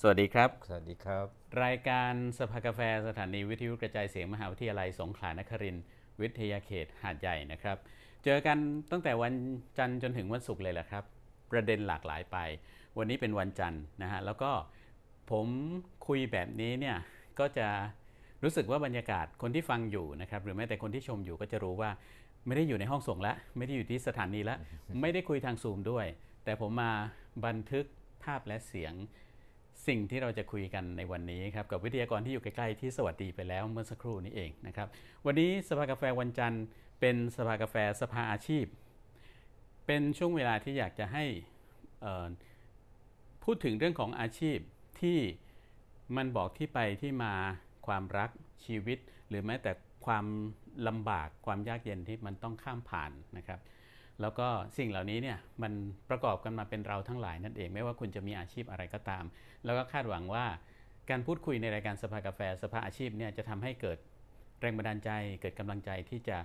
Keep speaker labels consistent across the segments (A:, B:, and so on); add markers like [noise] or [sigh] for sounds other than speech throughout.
A: สวัสดีครับ
B: สวัสดีครับ
A: รายการสภากาแฟสถานีวิทยุกระจายเสียงมหาวิทยาลัยสงขลานครินทร์วิทยาเขตหาดใหญ่นะครับ เจอกันตั้งแต่วันจันทร์จนถึงวันศุกร์เลยแหละครับ ประเด็นหลากหลายไป วันนี้เป็นวันจันทร์นะฮะแล้วก็ผมคุยแบบนี้เนี่ยก็จะรู้สึกว่าบรรยากาศคนที่ฟังอยู่นะครับหรือแม้แต่คนที่ชมอยู่ก็จะรู้ว่า ไม่ได้อยู่ในห้องส่งละไม่ได้อยู่ที่สถานีละ ไม่ได้คุยทางซูมด้วย แต่ผมมาบันทึกภาพและเสียง สิ่งที่เราจะคุยกันในวันนี้ครับกับวิทยากรที่อยู่ใกล้ๆที่สวัสดีไปแล้วเมื่อสักครู่นี้เองนะครับวันนี้สภากาแฟวันจันทร์ เป็นสภากาแฟสภาอาชีพ เป็นช่วงเวลาที่อยากจะให้เอ่อพูดถึงเรื่องของอาชีพที่มันบอกที่ไปที่มาความรักชีวิต หรือแม้แต่ความลำบากความยากเย็นที่มันต้องข้ามผ่านนะครับ แล้วก็สิ่งเหล่านี้เนี่ยมันประกอบกันมาเป็นเราทั้งหลายนั่นเองไม่ว่าคุณจะมีอาชีพอะไรก็ตาม แล้วก็คาดหวังว่าการพูดคุยในรายการสภากาแฟสภาอาชีพเนี่ยจะทำให้เกิดแรงบันดาลใจ เกิดกำลังใจที่จะ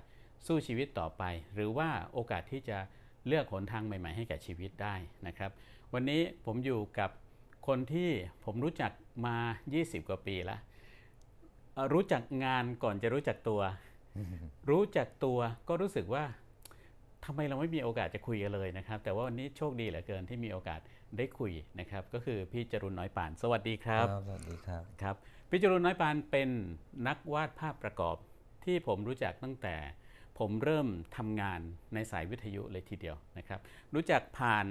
A: สู้ชีวิตต่อไป หรือว่าโอกาสที่จะเลือกหนทางใหม่ๆ ให้แก่ชีวิตได้นะครับ วันนี้ผมอยู่กับคนที่ผมรู้จักมา 20 กว่าปีแล้วเอ่อรู้จักงานก่อนจะรู้จักตัว รู้จักตัวก็รู้สึกว่า ทำไมเราไม่มีโอกาสจะคุยกันเลยนะครับ แต่ว่าวันนี้โชคดีเหลือเกินที่มีโอกาสได้คุยนะครับ ก็คือพี่จรุนน้อยปาน สวัสดีครับ
B: สวัสดีครับ
A: ครับพี่จรุนน้อยปานเป็นนักวาดภาพประกอบ ที่ผมรู้จักตั้งแต่ ผมเริ่มทำงานในสายวิทยุเลยทีเดียวนะครับ รู้จักผ่าน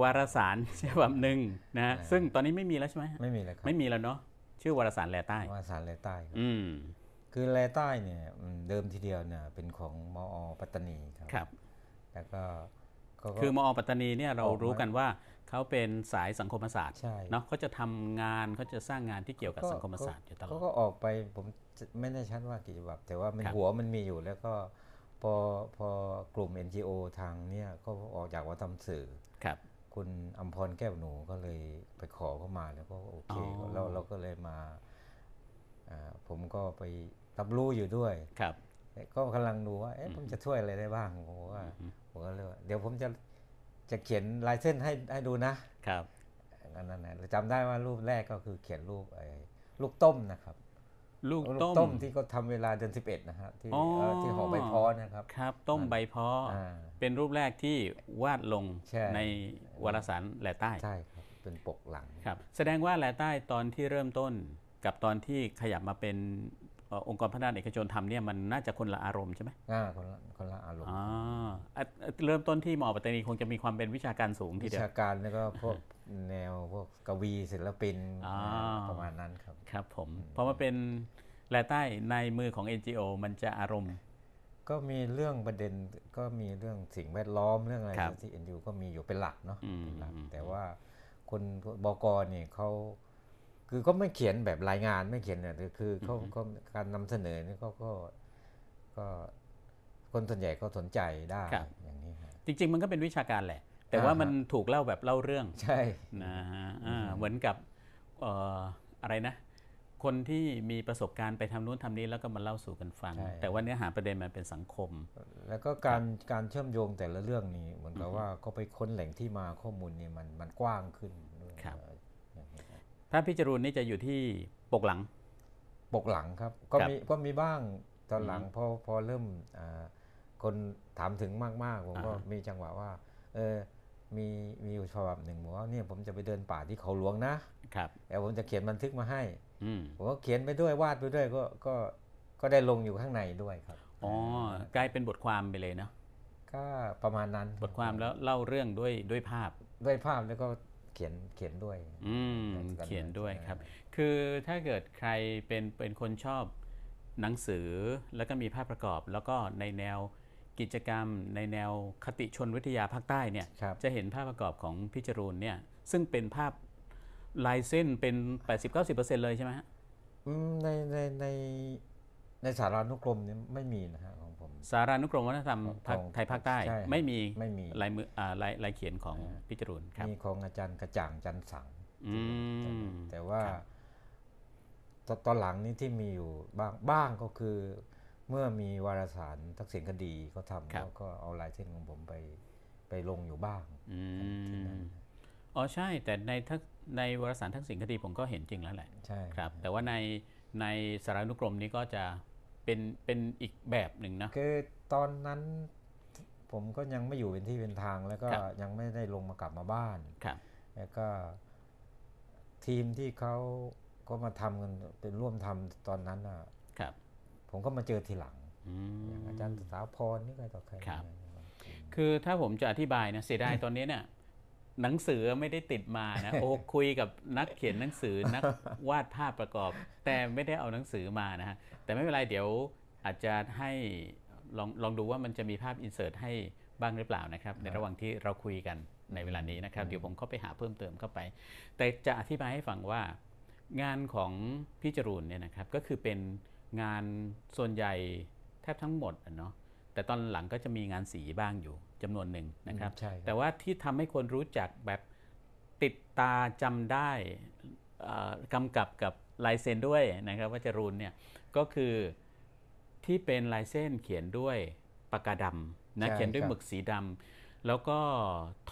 A: วารสารฉบับหนึ่งนะฮะ
B: อ่า
A: ซึ่งตอนนี้ไม่มีแล้วใช่ไหมฮะ
B: ไม่มีแล้วครับ
A: ไม่มีแล้วเนาะชื่อวารสารแลใต้
B: ว่าสารแลใต้ครับ
A: อืม
B: คือแลใต้เนี่ยอืมเดิมทีเดียวเนี่ยเป็นของมอปัตตานีครับ
A: ครับ
B: แล้วก็ก็ก็
A: คือมอปัตตานีเนี่ยเรา
B: ออกมา
A: รู้กันว่าเขาเป็นสายสังคมศาสตร์
B: ใช่
A: เนาะเขาจะทำงานเขาจะสร้างงานที่เกี่ยวกับสังคมศาสตร์อยู่ตล
B: เขา
A: อด
B: ก็ออกไปผมจะไม่แน่ชัดว่ากี่ฉบับ แต่ว่ามัน
A: ครับ
B: หัวมันมีอยู่แล้วก็พอพอกลุ่ม NGO ทางเนี่ยก็ออกจากวัฒนธรรมสื่อ
A: ครับ
B: คุณอัมพรแก้วหนูก็เลยไปขอเข้ามาแล้วก็โอเค
A: อ๋อ
B: เราเราก็เลยมาอ่าผมก็ไปรับรู้อยู่ด้วย
A: ครับ
B: ก็กำลังดูว่า เอ๊ะ ผมจะช่วยอะไรได้บ้าง ผมก็ว่าผมก็เลยว่าเดี๋ยวผมจะ จะเขียนลายเส้นให้ให้ดูนะครับ อันนั้นนะจำได้ว่ารูปแรกก็คือเขียนรูปไอ้ลูกต้มนะครับ
A: ลูกต้ม
B: ที่เขาทำเวลาเดือนสิบเอ็ดนะฮะที่
A: อ๋อ
B: เอ่อที่หอใบพอนะครับ
A: ครับต้มใบพออา เป็นรูปแรกที่วาดลง
B: ใช่
A: ในวารสารแหลใต้
B: ใช่ครับ เป็นปกหลัง
A: ครับ แสดงว่าแหลใต้ตอนที่เริ่มต้น กับตอนที่ขยับมาเป็นเอ่อองค์กรพัฒนาเอกชนทำเนี่ยมันน่าจะคนละอารมณ์ใช่ไหม
B: อ่าคนละคนละอารม
A: อ๋
B: ณ
A: อ
B: ์
A: อ่ะอ่ะเริ่มต้นที่มอปัตตานีคงจะมีความเป็นวิชาการสูงที
B: วิ
A: เดียว
B: ชาการแล้วก็พวกแนวพวกกวีศิลปิน
A: อ่า
B: ประมาณนั้นครับ
A: ครับผมพอมาเป็นแหลใต้ในมือของ NGO มันจะอารมณ์
B: ก็มีเรื่องประเด็นก็มีเรื่องสิ่งแวดล้อมเรื่องอะไร
A: ครับ
B: ที่เอ็นยูก็มีอยู่เป็นหลักเนาะ
A: อืม
B: เป็นหลัก
A: อืม
B: แต่ว่าคนบกเนี่ยเขาคือก็ไม่เขียนแบบรายงานไม่เขียนเนี่ยคือคือเขาเขาการนำเสนอเนี่ยเขาก็ก็คนส่วนใหญ่ก็สนใจได้อย่างนี้ฮะ
A: จริง ๆ มันก็เป็นวิชาการแหละ แต่ว่า
B: อ่าฮะ
A: มันถูกเล่าแบบเล่าเรื่อง
B: ใช่
A: นะฮะอ่าเหมือนกับเอ่ออะไรนะ คนที่มีประสบการณ์ไปทำนู้นทำนี้แล้วก็มาเล่าสู่กันฟัง แต่ว่าเนื้อหาประเด็นมันเป็นสังคม
B: แล้วก็การการเชื่อมโยงแต่ละเรื่องนี้เหมือนกับว่าก็ไปค้นแหล่งที่มาข้อมูลเนี่ยมันมันกว้างขึ้นด้วย
A: ครับ
B: อย่างนี้ฮะ
A: พระพิจารุณนี่จะอยู่ที่ปกหลัง
B: ปกหลังครับก็
A: ครับ
B: มีก็มีบ้างตอนหลังพอพอเริ่มอ่าคนถามถึงมากๆผมก็
A: อ่าฮะ
B: มีจังหวะว่าเออมีมีอยู่ฉบับหนึ่งบอกว่าเนี่ยผมจะไปเดินป่าที่เขาหลวงนะครับ แต่ผมจะเขียนบันทึกมาให้
A: อืม
B: ผมก็เขียนไปด้วยวาดไปด้วยก็ก็ก็ได้ลงอยู่ข้างในด้วยครับ
A: อ๋อกลายเป็นบทความไปเลยเนาะ
B: ก็ประมาณนั้น
A: บทความแล้วเล่าเรื่องด้วยด้วยภาพ
B: ด้วยภาพแล้วก็เขียนเขียนด้วย
A: อืม
B: การ
A: เขียนด้วย
B: เมือง
A: ครับ
B: ใช่ไหม
A: คือถ้าเกิดใครเป็นเป็นคนชอบหนังสือแล้วก็มีภาพประกอบ แล้วก็ในแนวกิจกรรม ในแนวคติชนวิทยาภาคใต้เนี่ย
B: ครับ
A: จะเห็นภาพประกอบของพี่จรูนเนี่ยซึ่งเป็นภาพลายเส้นเป็น 80-90%เลยใช่ไหมฮะ
B: อืมในในในในสารานุกรมเนี่ยไม่มีนะฮะของผม
A: สารานุกรมวัฒนธรรมภาค
B: ของ
A: ไทยภาคใต้
B: ใช่ครับ
A: ไม่มี
B: ไม่มี
A: ลายมืออ่าลายลายเขียนของพี่จรูนครับ
B: มีของอาจารย์กระจ่างจันสัง
A: อืม
B: แต่ว่า
A: ครับ
B: ตตอนหลังนี่ที่มีอยู่บ้างบ้างก็คือ เมื่อมีวารสารทักษิณคดีก็ทำแล้วก็เอาลายเส้นของผมไปไปลงอยู่บ้าง
A: อืม อ๋อใช่แต่ในทักในวารสารทักษิณคดีผมก็เห็นจริงแล้วแหละ
B: ใช่
A: ครับ แต่ว่าในในสารานุกรมนี้ก็จะเป็นเป็นอีกแบบหนึ่งนะ
B: คือตอนนั้นผมก็ยังไม่อยู่เป็นที่เป็นทางแล้วก็
A: ครับ
B: ยังไม่ได้ลงมากลับมาบ้าน
A: ครับ
B: แล้วก็ทีมที่เขาก็มาทำกันเป็นร่วมทำตอนนั้นอ่ะ
A: ครับ
B: ผมก็มาเจอทีหลัง
A: อืม
B: อย่างอาจารย์สถาพรนี่ใครต่อใคร
A: ครับ
B: เนี่ย
A: คือถ้าผมจะอธิบายนะเสียดายตอนนี้เนี่ยหนังสือไม่ได้ติดมานะ [laughs] โอ้คุยกับนักเขียนหนังสือนักวาดภาพประกอบ แต่ไม่ได้เอาหนังสือมานะฮะแต่ไม่เป็นไรเดี๋ยวอาจจะให้ลองลองดูว่ามันจะมีภาพอินเสิร์ตให้บ้างหรือเปล่านะครับ ในระหว่างที่เราคุยกันในเวลานี้นะครับ เดี๋ยวผมเข้าไปหาเพิ่มเติมเข้าไป แต่จะอธิบายให้ฟังว่า งานของพี่จรูนเนี่ยนะครับก็คือเป็นงานส่วนใหญ่แทบทั้งหมดอะเนาะแต่ตอนหลังก็จะมีงานสีบ้างอยู่จำนวนหนึ่งนะครับ
B: อืมใช่ครับ
A: แต่ว่าที่ทำให้คนรู้จักแบบติดตาจำได้เอ่อกำกับกับลายเซ็นด้วยนะครับว่าจรูนเนี่ยก็คือที่เป็นลายเส้นเขียนด้วยปากกาดำนะ
B: ใช่
A: เขียนด้วย
B: ครับ
A: หมึกสีดำแล้วก็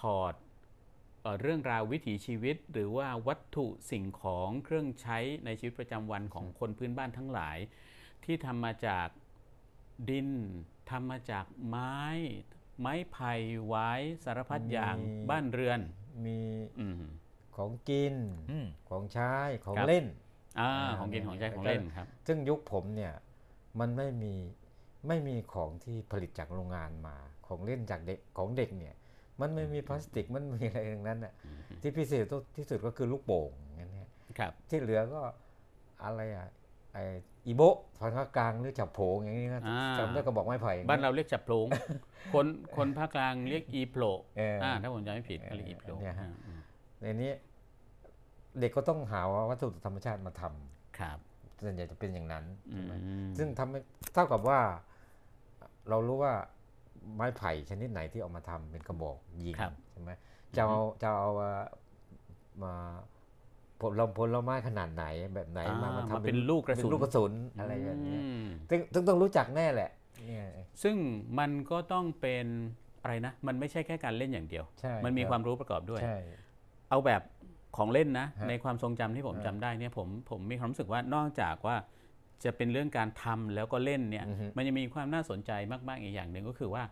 A: ถอด เอ่อเรื่องราววิถีชีวิตหรือว่าวัตถุสิ่งของเครื่องใช้ในชีวิตประจำวันของคนพื้นบ้านทั้งหลาย ที่ทำมาจากดินทำมาจากไม้ ไม้ไผ่ไว้สารพัดอย่าง
B: มี
A: บ้านเรือน
B: มี
A: อืม
B: ของกิน
A: อืม
B: ของใช้ของ
A: ครับ
B: เล่น
A: อ่า
B: อ่า
A: ของกินของใช้
B: เนี่ย
A: ของ
B: ก็
A: เล่นครับ
B: ซึ่งยุคผมเนี่ยมันไม่มีไม่มีของที่ผลิตจากโรงงานมา ของเล่นจากเด็กของเด็กเนี่ย มันไม่มีพลาสติกมันไม่มีอะไรทั้งนั้นอ่ะ
A: อืม
B: ที่พิเศษที่สุดก็คือลูกโป่งอย่างนั้นเนี่ย
A: ครับ
B: ที่เหลือก็อะไรอ่ะไออีโบะภาคกลางหรือจับโผงอย่างนี้นะ
A: อ่า
B: จำได้ก็บอกไม้ไผ่อย่ง
A: บ้านเราเรียกจับโพลงคนคนภาคกลางเรียกอีโผล
B: เอออ
A: อ่าถ้าผมจำไม่ผิดเขาเรียกอีโผล
B: เนี่ยฮะ
A: อ่าอืม
B: ในนี้เด็กก็ต้องหาวัตถุธรรมชาติมาทำ
A: ครับ
B: ส่วนใหญ่จะเป็นอย่างนั้น
A: อื
B: ใช่
A: ม
B: ไหม ซึ่งทำให้เท่ากับว่าเรารู้ว่าไม้ไผ่ชนิดไหนที่เอามาทำเป็นกระบอกยิง
A: ครับ
B: ใช่ไหมจะเอาจะเอามามาผลผลไม้ขนาดไหนแบบไหน
A: อ่าม
B: มามา
A: มา
B: ทำ
A: เป็นลูกกระสุน
B: เป็นลูกกระสุนอะไรแบบเนี้ย
A: อืม
B: ซึ่งซึ่งต้องรู้จักแน่แหละเนี่ย
A: ซึ่งมันก็ต้องเป็นอะไรนะ มันไม่ใช่แค่การเล่นอย่างเดียว
B: ใช่
A: มันมี
B: รับ
A: ความรู้ประกอบด้วย
B: ใช่
A: เอาแบบของเล่นนะ
B: ฮะ
A: ในความทรงจำที่ผม
B: ฮะ
A: จำได้เนี่ยผมผมมีความรู้สึกว่านอกจากว่าจะเป็นเรื่องการทำแล้วก็เล่นเนี่ย
B: อือฮึ
A: มันยังมีความน่าสนใจมาก ๆ อีกอย่างหนึ่งก็คือว่า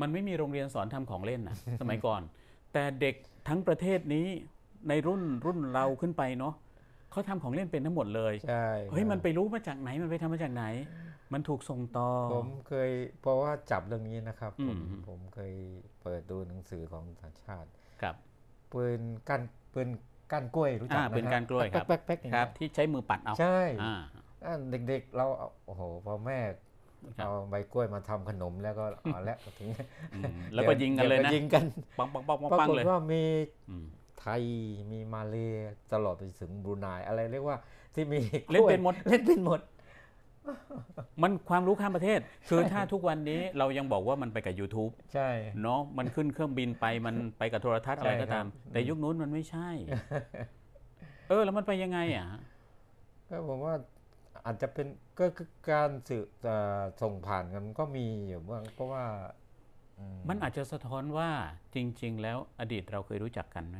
A: มันไม่มีโรงเรียนสอนทำของเล่น
B: [laughs]
A: นะ สมัยก่อน แต่เด็กทั้งประเทศนี้ในรุ่นรุ่นเราขึ้นไปเนาะเขาทำของเล่นเป็นทั้งหมดเลย
B: ใช่
A: เฮ้ย
B: ครับ
A: มันไปรู้มาจากไหนมันไปทำมาจากไหน มันถูกส่งต่อ
B: ผมเคยเพราะว่าจับเรื่องนี้นะครับผม
A: อืม
B: ผมเคยเปิดดูหนังสือของต่างชาติ
A: ครับ
B: ปืนก้านปืนก้านกล้วยรู้จัก
A: อ่า
B: ไหม
A: ปืนก้านกล้วยครับ
B: แป๊กแป๊กแป๊กอย่าง
A: ครั
B: เงี้
A: บ
B: ย
A: ที่ใช้มือปัดเอา
B: ใช่
A: อ่า
B: อ่าเด็กๆ เราเอาโอ้โหพอแม่
A: ครับ
B: เอาใบกล้วยมาทำขนมแล้วก็ [laughs] เอาละถึง
A: อืมแล้วก็ยิงกันเลย
B: ดี๋
A: นะ
B: วยิงกัน
A: ปังปังปังปัง
B: ปรา
A: ปัง
B: กฏ
A: เลย
B: ว่ามี
A: อืม
B: ไทยมีมาเลตลอดไปถึงบรูไนอะไรเรียกว่าที่มี
A: [laughs] เล่น
B: กวย
A: เป็นหมด
B: เล่นเป็นหมด
A: มันความรู้ข้ามประเทศ คือถ้าทุกวันนี้เรายังบอกว่ามันไปกับ YouTube
B: ใช่
A: เนาะมันขึ้นเครื่องบินไป
B: [laughs]
A: มันไปกับโทรทัศน์อะไรก็ตาม
B: ใช่ครับ
A: แต่ยุคนู้นมันไม่ใช่
B: [laughs]
A: เออ แล้วมันไปยังไงอ่ะ
B: ก็ผมว่าอาจจะเป็นก็คือการสื่อเอ่อส่งผ่านกันก็มีอยู่บ้างเพราะว่าอื
A: มันอาจจะสะท้อนว่าจริง ๆ แล้วอดีตเราเคยรู้จักกันไหม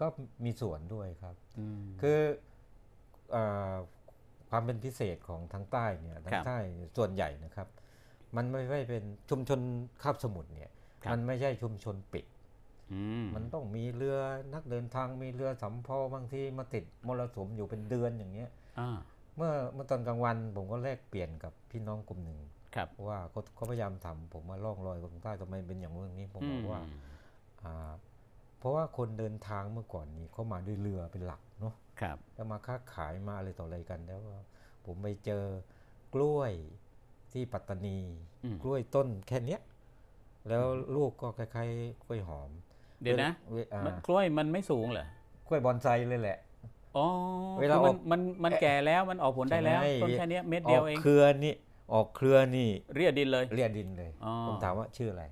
B: ก็มีส่วนด้วยครับ
A: อืม
B: คือเออความเป็นพิเศษของทางใต้เนี่ยทา
A: ครั
B: ง
A: บ
B: ใต้ส่วนใหญ่นะครับ มันไม่ใช่เป็นชุมชนคาบสมุทรเนี่ย
A: ครับ
B: มันไม่ใช่ชุมชนปิด
A: อืม
B: มันต้องมีเรือนักเดินทางมีเรือสำเภาบางที่มาติดมรสุมอยู่เป็นเดือนอย่างเงี้ย
A: อ่า
B: เมื่อเมื่อตอนกลางวันผมก็แลกเปลี่ยนกับพี่น้องกลุ่มหนึ่ง
A: ครับ
B: ว่าเขาเขาพยายามถามผมว่าล่องรอยของใต้ทำไมเป็นอย่างนู้นอย่างนี้ผมบอกว่า
A: อืม
B: อ่า เพราะว่าคนเดินทางเมื่อก่อนนี้เขามาด้วยเรือเป็นหลักเนาะ
A: ครับ
B: แล้วมาค้าขายมาอะไรต่ออะไรกันแล้วก็ผมไปเจอกล้วยที่ปัตตานี
A: อืม
B: กล้วยต้นแค่เนี้ยแล้วลูกก็คล้ายๆกล้วยหอม
A: เดี๋ยวนะ
B: เวอ่า
A: มันกล้วยมันไม่สูงเหรอ
B: กล้วยบอนไซเลยแหละ
A: อ๋อ
B: เวลา
A: คือมัน
B: ออก
A: มันมันแก่แล้วมันออกผลได้แล้ว
B: ใช่
A: ต้นแค่เนี้ยเม็ด
B: อ
A: เดีย
B: อ
A: ว
B: ก
A: เอง
B: เครือนี่ออกเครือนี่
A: เรียดินเลย
B: เรียดินเลย
A: อ๋อ
B: ผมถามว่าชื่ออะไร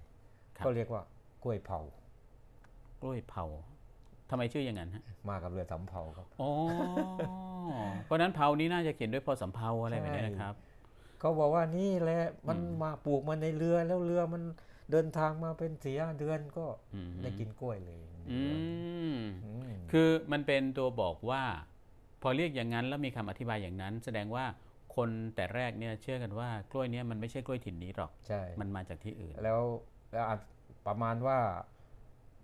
A: ครับ
B: ก็เรียกว่ากล้วยเผาก
A: ล้วยเผาทำไมชื่ออย่างนั้นฮะ
B: มากับเรือสำเภาครับ
A: อ๋อ เพราะฉะนั้นเผานี้น่าจะเขียนด้วยพอสำเภาอะไรแบบนี้
B: ใช่
A: นะครับ
B: เขาบอกว่านี่แหละมัน
A: อืม
B: มาปลูกมาในเรือแล้วเรือมันเดินทางมาเป็นสี่ห้าเดือนก็
A: อืม
B: ได้กินกล้วยเลย
A: อืม
B: อืม
A: คือมันเป็นตัวบอกว่า พอเรียกอย่างนั้นแล้วมีคำอธิบายอย่างนั้น แสดงว่าคนแต่แรกเนี่ยเชื่อกันว่ากล้วยเนี่ยมันไม่ใช่กล้วยถิ่นนี้หรอก
B: ใช่
A: มันมาจากที่อื่น
B: แล้วแล้วอาจประมาณว่า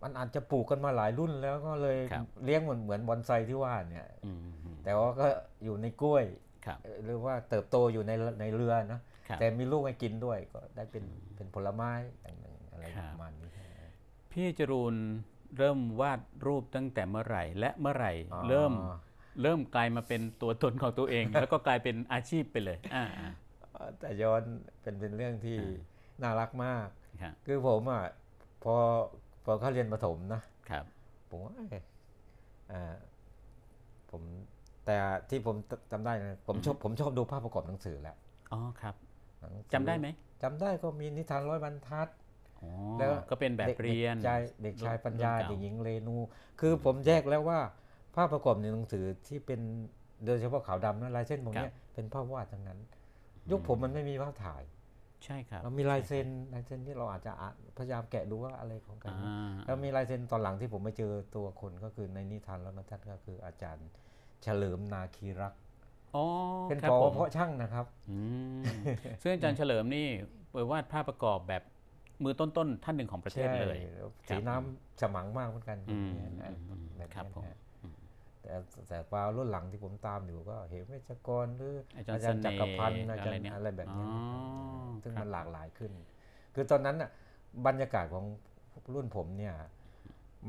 B: มันอาจจะปลูกกันมาหลายรุ่นแล้วก็เลย
A: ครับ
B: เลี้ยงเหมือนเหมือนบอนไซที่ว่าเนี่ย
A: อืม
B: แต่ว่าก็อยู่ในกล้วย
A: ครับ
B: เอ่อหรือว่าเติบโตอยู่ในในเรือนะครับ แต่มีลูกให้กินด้วยก็ได้เป็นเป็นผลไม้อย่างหนึ่งอะไร
A: ครับ
B: ประมาณนี้
A: พี่จรูนเริ่มวาดรูปตั้งแต่เมื่อไหร่ และเมื่อไหร่
B: อ๋อ
A: เริ่มเริ่มกลายมาเป็นตัวตนของตัวเอง แล้วก็กลายเป็นอาชีพไปเลยอ่าอ่า
B: เอ่อแต่ย้อนเป็นเป็นเรื่องที่
A: อ่
B: น่ารักมาก
A: ครับ
B: คือผมอ่ะพอพอเข้าเรียนประถมนะ
A: ครับ
B: ผมว่าเอ้ยอ่าผมแต่ที่ผมจำได้นะผมชอบผมชอบดูภาพประกอบหนังสือแหละ
A: อ๋อครับ
B: หนังสือ
A: จำได้ไหม
B: จำได้ก็มีนิทานร้อยบรรทัด
A: อ๋อ
B: แล้ว
A: ก็เป็นแบบ
B: ด็ก
A: เรียน
B: ด็กชายเด็กชายปัญญา
A: รุ่นเก่า
B: เด็กหญิงเรนู คือผมแยกแล้วว่า ภาพประกอบในหนังสือที่เป็นโดยเฉพาะขาวดำนะลายเส้นพวกเนี้ยเป็นภาพวาดทั้งนั้น ยุคผมมันไม่มีภาพถ่าย
A: ใช่ครับ
B: เรามีลายเซ็นลายเซ็นที่เราอาจจะอ่านพยายามแกะดูว่าอะไรของกัน
A: อ่า
B: แล้วมีลายเซ็นตอนหลังที่ผมไปเจอตัวคนก็คือในนิทานแล้วนะท่านก็คืออาจารย์เฉลิมนาคีรักษ์
A: อ๋อ
B: เป็น
A: ครับ
B: ปอ
A: ผม
B: เพาะช่างนะครับ
A: อืมซึ่งอาจารย์เฉลิมนี่เปวาดภาพประกอบแบบมือต้นๆ ท่านหนึ่งของประเทศเลย
B: ใช่
A: ครั
B: สี
A: บ
B: น้ำฉมังมากเหมือนกัน
A: อืม
B: แบบนี้นะ
A: อืม
B: แบบ
A: ครับผม
B: นี้นะแต่แต่ควารุ่นหลังที่ผมตามอยู่ก็เหมเวชกรหรืออา
A: อา
B: จา
A: จาร รย์
B: ย์จักรพันธ์
A: เสน่ห์
B: อาจาร
A: อะไรเนี่
B: ย์
A: ย
B: อะไรแบบนี้นะ
A: อ๋อ
B: ซึ่ง
A: ครับ
B: มันหลากหลายขึ้น คือตอนนั้นน่ะบรรยากาศของรุ่นผมเนี่ย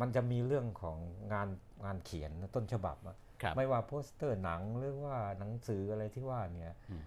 B: มันจะมีเรื่องของงานงานเขียนต้นฉบับอะ
A: ครับ
B: ไม่ว่าโปสเตอร์หนังหรือว่าหนังสืออะไรที่ว่าเนี่ย
A: อืม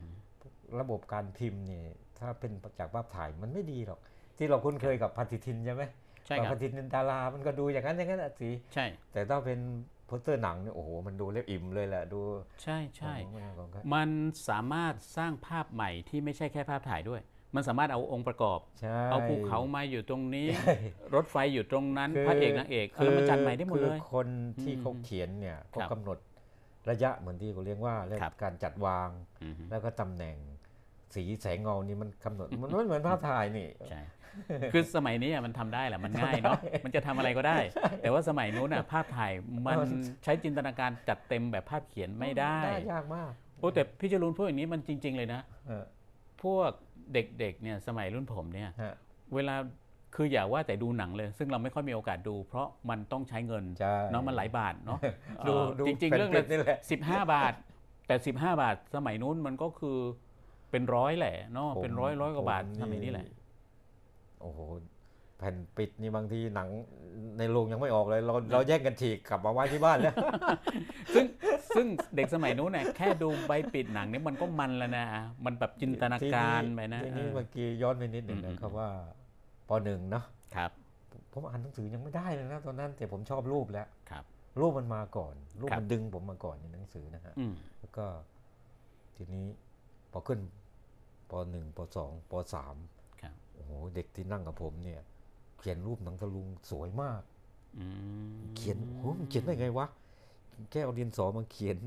B: ระบบการพิมพ์เนี่ยถ้าเป็นจากภาพถ่ายมันไม่ดีหรอก ที่เราคุ้นเคยกับปฏิทินใช่ไหม
A: ใช่ค
B: ป
A: รับ
B: ฏิทินดารามันก็ดูอย่างนั้นอย่างนั้นอะสิ
A: ใช่
B: แต่ถ้าเป็นโปสเตอร์หนังเนี่ยโอ้โห มันดูเล็บอิ่มเลยแหละ ดู
A: ใช่ใช่
B: ของของของ
A: มันสามารถสร้างภาพใหม่ที่ไม่ใช่แค่ภาพถ่ายด้วย มันสามารถเอาองค์ประกอบ
B: ใช่
A: เอาภูเขามาอยู่ตรงนี้
B: ใช่
A: รถไฟอยู่ตรงนั้น
B: คื
A: พระเอกนางเอกเอาแล้วมาจัดใหม่ได้หมด
B: คือ
A: เลย
B: คนที่เขา
A: อืม
B: เขียนเนี่ย
A: ครั
B: เขา
A: บ
B: กำหนดระยะเหมือนที่เขาเรียกว่าเรื่อง
A: ครับ
B: การจัดวาง
A: อืม
B: แล้วก็ตำแหน่งสีแสงเงานี่มันกำหนดมันไม่เหมือนภาพถ่ายนี่
A: ใช่ คือสมัยนี้อะมันทำได้แหละมันง่ายเนาะมันจะทำอะไรก็ได้ แต่ว่าสมัยนู้นอะภาพถ่ายมัน
B: มัน
A: ใช้จินตนาการจัดเต็มแบบภาพเขียนไม่ได้
B: ยากมาก
A: โอ้แต่พี่จรูนพูดอย่างนี้มันจริง ๆ เลยนะ
B: เออ
A: พวกเด็กๆเนี่ยสมัยรุ่นผมเนี่ย
B: ฮะ
A: เวลาคืออย่าว่าแต่ดูหนังเลย ซึ่งเราไม่ค่อยมีโอกาสดู เพราะมันต้องใช้เงิน
B: ใช่
A: เนาะมันหลายบาท [laughs] เนาะ
B: ดู
A: เอ่อ
B: ดู
A: จริง ๆ
B: แผ่น
A: เรื่อง
B: คลิปนี่แห
A: ละ
B: ละ
A: สิบห้าบาท แต่สิบห้าบาท สมัยนู้นมันก็คือเป็นร้อยแหละเนาะ
B: ผม
A: เป็นร้อยร้อยกว่าบาท
B: ผมนี่
A: สมัยนี้แหละ
B: โอ้โห แผ่นปิดนี่บางทีหนังในโรงยังไม่ออกเลย เราเราแย่งกันฉีกกลับมาไว้ที่บ้านแล้ว
A: ซึ่งซึ่งเด็กสมัยนู้นเนี่ยแค่ดูใบปิดหนังเนี่ยมันก็มันแล้วนะมันแบบ [laughs] จินตนาการไปนะ
B: ทีนี้
A: เออ
B: เมื่อกี้ย้อนไปนิดหนึ่ง
A: อืม
B: นะครับว่าปหนึ่งเนอะ
A: ครับ
B: ผมอ่านหนังสือยังไม่ได้เลยนะตอนนั้นแต่ผมชอบรูปแล้ว
A: ครับ
B: รูปมันมาก่อน รูป
A: ครับ
B: มันดึงผมมาก่อนในหนังสือนะฮะ
A: อืม
B: แล้วก็ ทีนี้พอขึ้นปหนึ่งปสองปสาม
A: ครับ
B: โอ้โหเด็กที่นั่งกับผมเนี่ย เขียนรูปหนังตะลุงสวยมาก
A: อืม
B: เขียนโหมันเขียนได้ไงวะ แค่เอาดินสอมาเขียน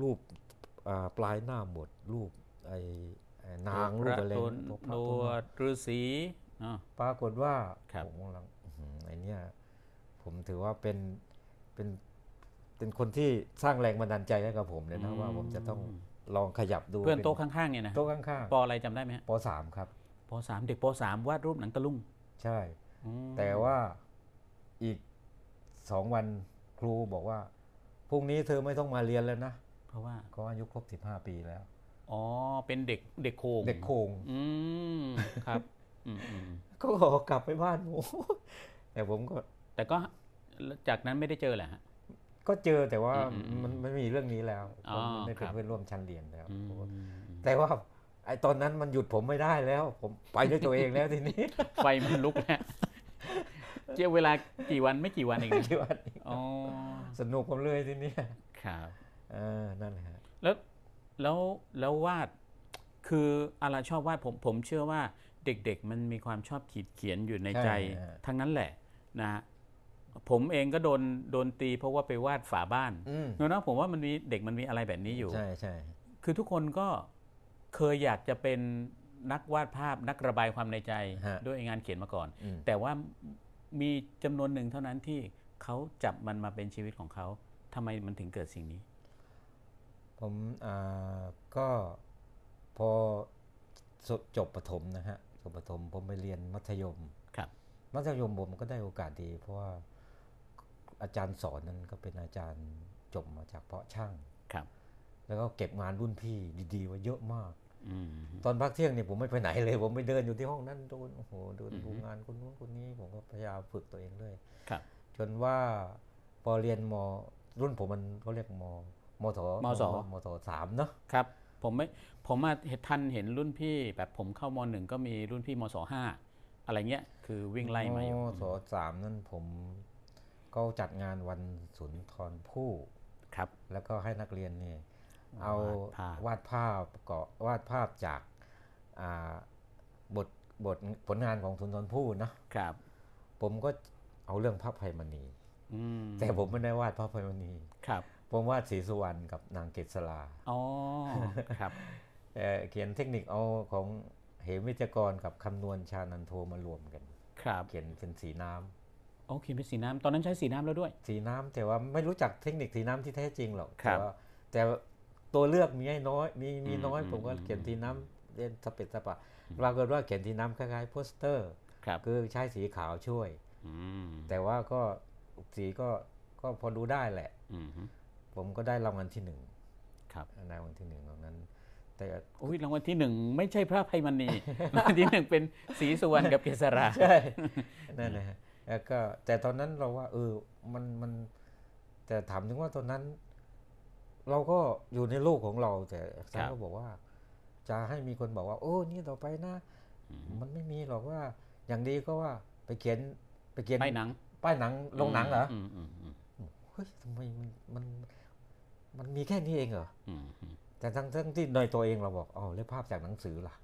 B: รูปอ่าปลายหน้าหมด รูปไอ้ไอ้นางรูปอะไร
A: ตัว
B: เนี่ยพวกพระ
A: ตัว
B: พวกนั้น
A: ฤาษีอ๋อ
B: ปรากฏว่า
A: ครับ
B: ผมกำลังอื้อหือไอ้เนี่ยผมถือว่าเป็นเป็นเป็นคนที่สร้างแรงบันดาลใจให้กับผมเลยนะว่าผมจะต้องลองขยับดู
A: เพื่อน
B: ป็
A: โต๊ะข้างๆเนี่ยนะ
B: โต๊ะข้าง
A: ปออะไรจำได้ไหมฮะ
B: ๆปสามครับ
A: ปสามเด็กปสามวาดรูปหนังตะลุง
B: ใช่
A: อืม
B: แต่ว่าอีกสองวันครูบอกว่าพรุ่งนี้เธอไม่ต้องมาเรียนแล้วนะ
A: เพราะว่า
B: เขาอายุครบ 15 ปีแล้ว
A: อ๋อเป็นเด็กเด็กโคง
B: เด็กโคง
A: อืมครับอืมอืม
B: ก็ขอกลับไปบ้านโอ้โห [laughs] แต่ผมก็
A: แต่ก็จากนั้นไม่ได้เจอแหละฮะ
B: ก็เจอแต่ว่า
A: อืมอืม
B: มันมันไม่มีเรื่องนี้แล้ว
A: อ๋อ
B: ผมไม่ได้
A: ค
B: เป็
A: รั
B: น
A: บ
B: เพื่อนร่วมชั้นเรียนแล้ว
A: อืม
B: แต่ว่าไอตอนนั้นมันหยุดผมไม่ได้แล้ว ผม [laughs] ไปด้วยตัวเองแล้วทีนี้ [laughs]
A: ไฟมันลุกแล้วเจียเวลากี่วันไม่กี่วันเองนะ
B: ที่วันนี้
A: อ๋อ
B: สนุกผมเลยทีนี้
A: ครับ
B: เออนั่นแหละฮะ
A: แล้วแล้วแล้ววาดคืออะไรชอบวาดผมผมเชื่อว่าเด็กๆ มันมีความชอบขีดเขียนอยู่ในใจ ทั้งนั้นแหละนะฮะผมเองก็โดนโดนตีเพราะว่าไปวาดฝาบ้าน
B: อืม
A: เนอะผมว่ามันมีเด็กมันมีอะไรแบบนี้อยู่
B: ใช่ใช่
A: คือทุกคนก็เคยอยากจะเป็นนักวาดภาพนักระบายความในใจ ด้วยงานเขียนมาก่อน
B: อืม
A: แต่ว่ามีจำนวนหนึ่งเท่านั้นที่ เขาจับมันมาเป็นชีวิตของเขาทำไมมันถึงเกิดสิ่งนี้
B: ผมอ่าก็พอจบจบประถมนะฮะจบประถมผมไปเรียนมัธยม
A: ครับ
B: มัธยมผมก็ได้โอกาสดี เพราะว่าอาจารย์สอนนั้นก็เป็นอาจารย์จบมาจากเพาะช่าง
A: ครับ
B: แล้วก็เก็บงานรุ่นพี่ดีๆไว้เยอะมาก
A: อืม
B: ตอนพักเที่ยงเนี่ยผมไม่ไปไหนเลย ผมไปเดินอยู่ที่ห้องนั้นดูโอ้โหดู
A: อือฮึ
B: ดูงานคนนู้นคนนี้ผมก็พยายามฝึกตัวเองเรื่อย
A: ครับ
B: จนว่าพอเรียนมรุ่นผมมันเขาเรียกมมถ
A: มส
B: มถสามเนาะ
A: ครับ ผมไม่ ผมมาเห็นทันเห็นรุ่นพี่ แบบผมเข้ามหนึ่งก็มีรุ่นพี่มสห้าอะไรเงี้ย คือวิ่งไล่มาอยู่
B: มถสามนั่นผมก็จัดงานวันสุนทรภู่
A: ครับ
B: แล้วก็ให้นักเรียนเนี่ยเอา
A: วาดภาพ
B: วาดภาพประกอบวาดภาพจากอ่าบทบทผลงานของสุนทรภู่นะครับ ผมก็เอาเรื่องพระไพมณี
A: อืม
B: แต่ผมไม่ได้วาดพระไพมณี
A: ครับ
B: ผมวาดศรีสุวรรณกับนางเกษรา
A: อ๋อ ครับ
B: เอ่อเขียนเทคนิคเอาของเหมวิจกรกับคำนวณชานันโทมารวมกัน
A: ครับ
B: เขียนเป็นสีน้ำ
A: โอเคเป็นสีน้ำตอนนั้นใช้สีน้ำแล้วด้วย
B: สีน้ำแต่ว่าไม่รู้จักเทคนิคสีน้ำที่แท้จริงหรอก
A: ครับ
B: แต่ว่าแต่ตัวเลือกมีให้น้อยมีมี
A: อืม
B: น้อย
A: อืม
B: ผมก็
A: อืม
B: เขียนสีน้ำเล่นสเปดสปะ
A: อืม
B: ปรากฏว่าเขียนสีน้ำคล้ายๆโปสเตอร์
A: ครับ
B: คือใช้สีขาวช่วย
A: อืม
B: แต่ว่าก็สีก็ก็พอดูได้แหละ
A: อืม
B: ผมก็ได้รางวัลที่หนึ่ง
A: ครับ
B: ในวันที่หนึ่งตรงนั้น แต่
A: โอ้ยรางวัลที่หนึ่งไม่ใช่พระไพมณี รางวัลที่หนึ่งเป็นสีสุวรรณกับเกษ
B: [laughs]
A: รา
B: ใช่นั่นนะฮะแล้วก็แต่ตอนนั้นเราว่า เออมันมันแต่ถามถึงว่าตอนนั้น เราก็อยู่ในโลกของเรา แต่
A: ครั
B: ท่าน
A: บ
B: ก็บอกว่า จะให้มีคนบอกว่า โอ้นี่ต่อไปนะ
A: อืม
B: มันไม่มีหรอกว่า อย่างดีก็ว่าไปเขียนไปเขียน
A: ไปหนัง
B: ป้ายหนังลงหนังเหรอ
A: มมอืม
B: เฮ้ยทำไมมันมันมันมีแค่นี้เองเหรอ
A: อืมอืม
B: แต่ทั้งทั้งที่โดยตัวเองเราบอกอ๋อแล้วภาพจากหนังสือล่ะ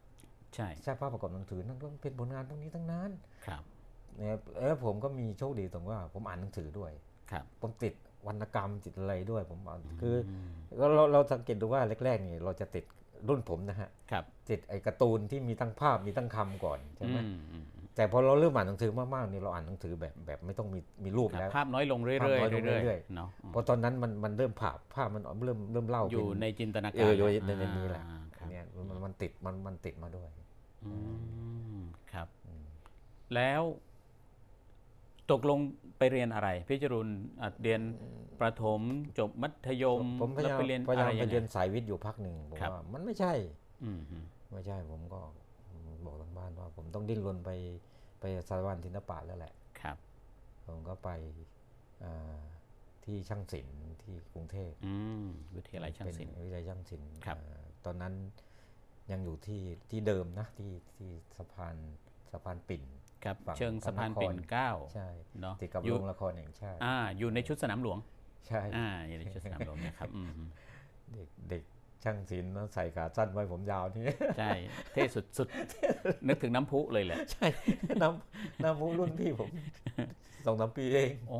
A: ใช่
B: ใช่ภาพประกอบหนังสือนั่นก็เป็นผลงานพวกนี้ทั้งนั้น
A: ครับ
B: นะครับแล้วผมก็มีโชคดีตรงว่า ผมอ่านหนังสือด้วย
A: ครับ
B: ผมติดวรรณกรรมติดอะไรด้วย ผมอ่านคือ
A: ม
B: ก็เราเราสังเกตดูว่าแรกๆนี่เราจะติดรุ่นผมนะฮะ
A: ครับ
B: ติดไอ้การ์ตูนที่มีตั้งภาพมีตั้งคำก่อนใช่ไหม
A: อือืม
B: แต่พอเราเริ่มอ่านหนังสือมากๆนี่เราอ่านหนังสือแบบแบบไม่ต้องมีมีรูป
A: ครับ
B: แล้ว
A: ภาพน้อยลงเรื่อยๆ
B: ภาพน้อยลง
A: เรื่
B: เรื่
A: อ
B: อย ย
A: ๆเนาะอืม
B: เพราะตอนนั้นมันมันเริ่มภาพภาพมันเริ่มเริ่มเล่า
A: อยู่
B: เป็น
A: ในจินตนา
B: เอ
A: การ
B: ออยู่ในในนี้แหละ
A: อ่าครับ
B: เนี่ยมันมันติดมันมันติดมาด้วย
A: อืมครับ
B: อืม
A: แล้วตกลงไปเรียนอะไร พี่จรุนอ่ะเรียนประถมจบมัธยม
B: ผมพยา
A: แล้ว
B: ยาม
A: ไปเรียน
B: พยา
A: อะ
B: ยา
A: ไร
B: มไป
A: ยังไง
B: เรียนสายวิทย์อยู่พักหนึ่งผม
A: ครับ
B: ว่ามันไม่ใช่
A: อืมอืม
B: ไม่ใช่ผมก็บอกทางบ้านว่า ผมต้องดิ้นรนไปไปสถาบันศิลปะแล้วแหละ
A: ครับ
B: ผมก็ไปอ่าที่ช่างศิลป์ที่กรุงเทพ
A: อืมวิทยาลัยช่างศิลป์
B: เป็นวิทยาลัยช่างศิลป์
A: ครับ
B: อ่าตอนนั้นยังอยู่ที่ที่เดิมนะที่ที่สะพานสะพานปิ่น
A: ครับ
B: ฝั่ง
A: เชิงสะพาน
B: พระนคร
A: ปิ่นเกล้า
B: ใช่
A: เนาะ
B: ติดกับ
A: อ
B: โร
A: ยู่
B: งละครแห่งชาติ
A: อ่า อยู่ในชุดสนามหลวง
B: ใช่
A: อ่า อยู่ในชุดสนามหลวง
B: [laughs]
A: นะครับอืมอืม
B: เด็กเด็กช่างศิลป์นะใส่ขาสั้นไว้ [laughs] ผมยาวนี่
A: ใช่ เท่สุดสุดนึกถึงน้ำพุเลยแหละ
B: ใช่น้ำน้ำพุรุ่นพี่ผมสองสามปีเอง
A: โอ้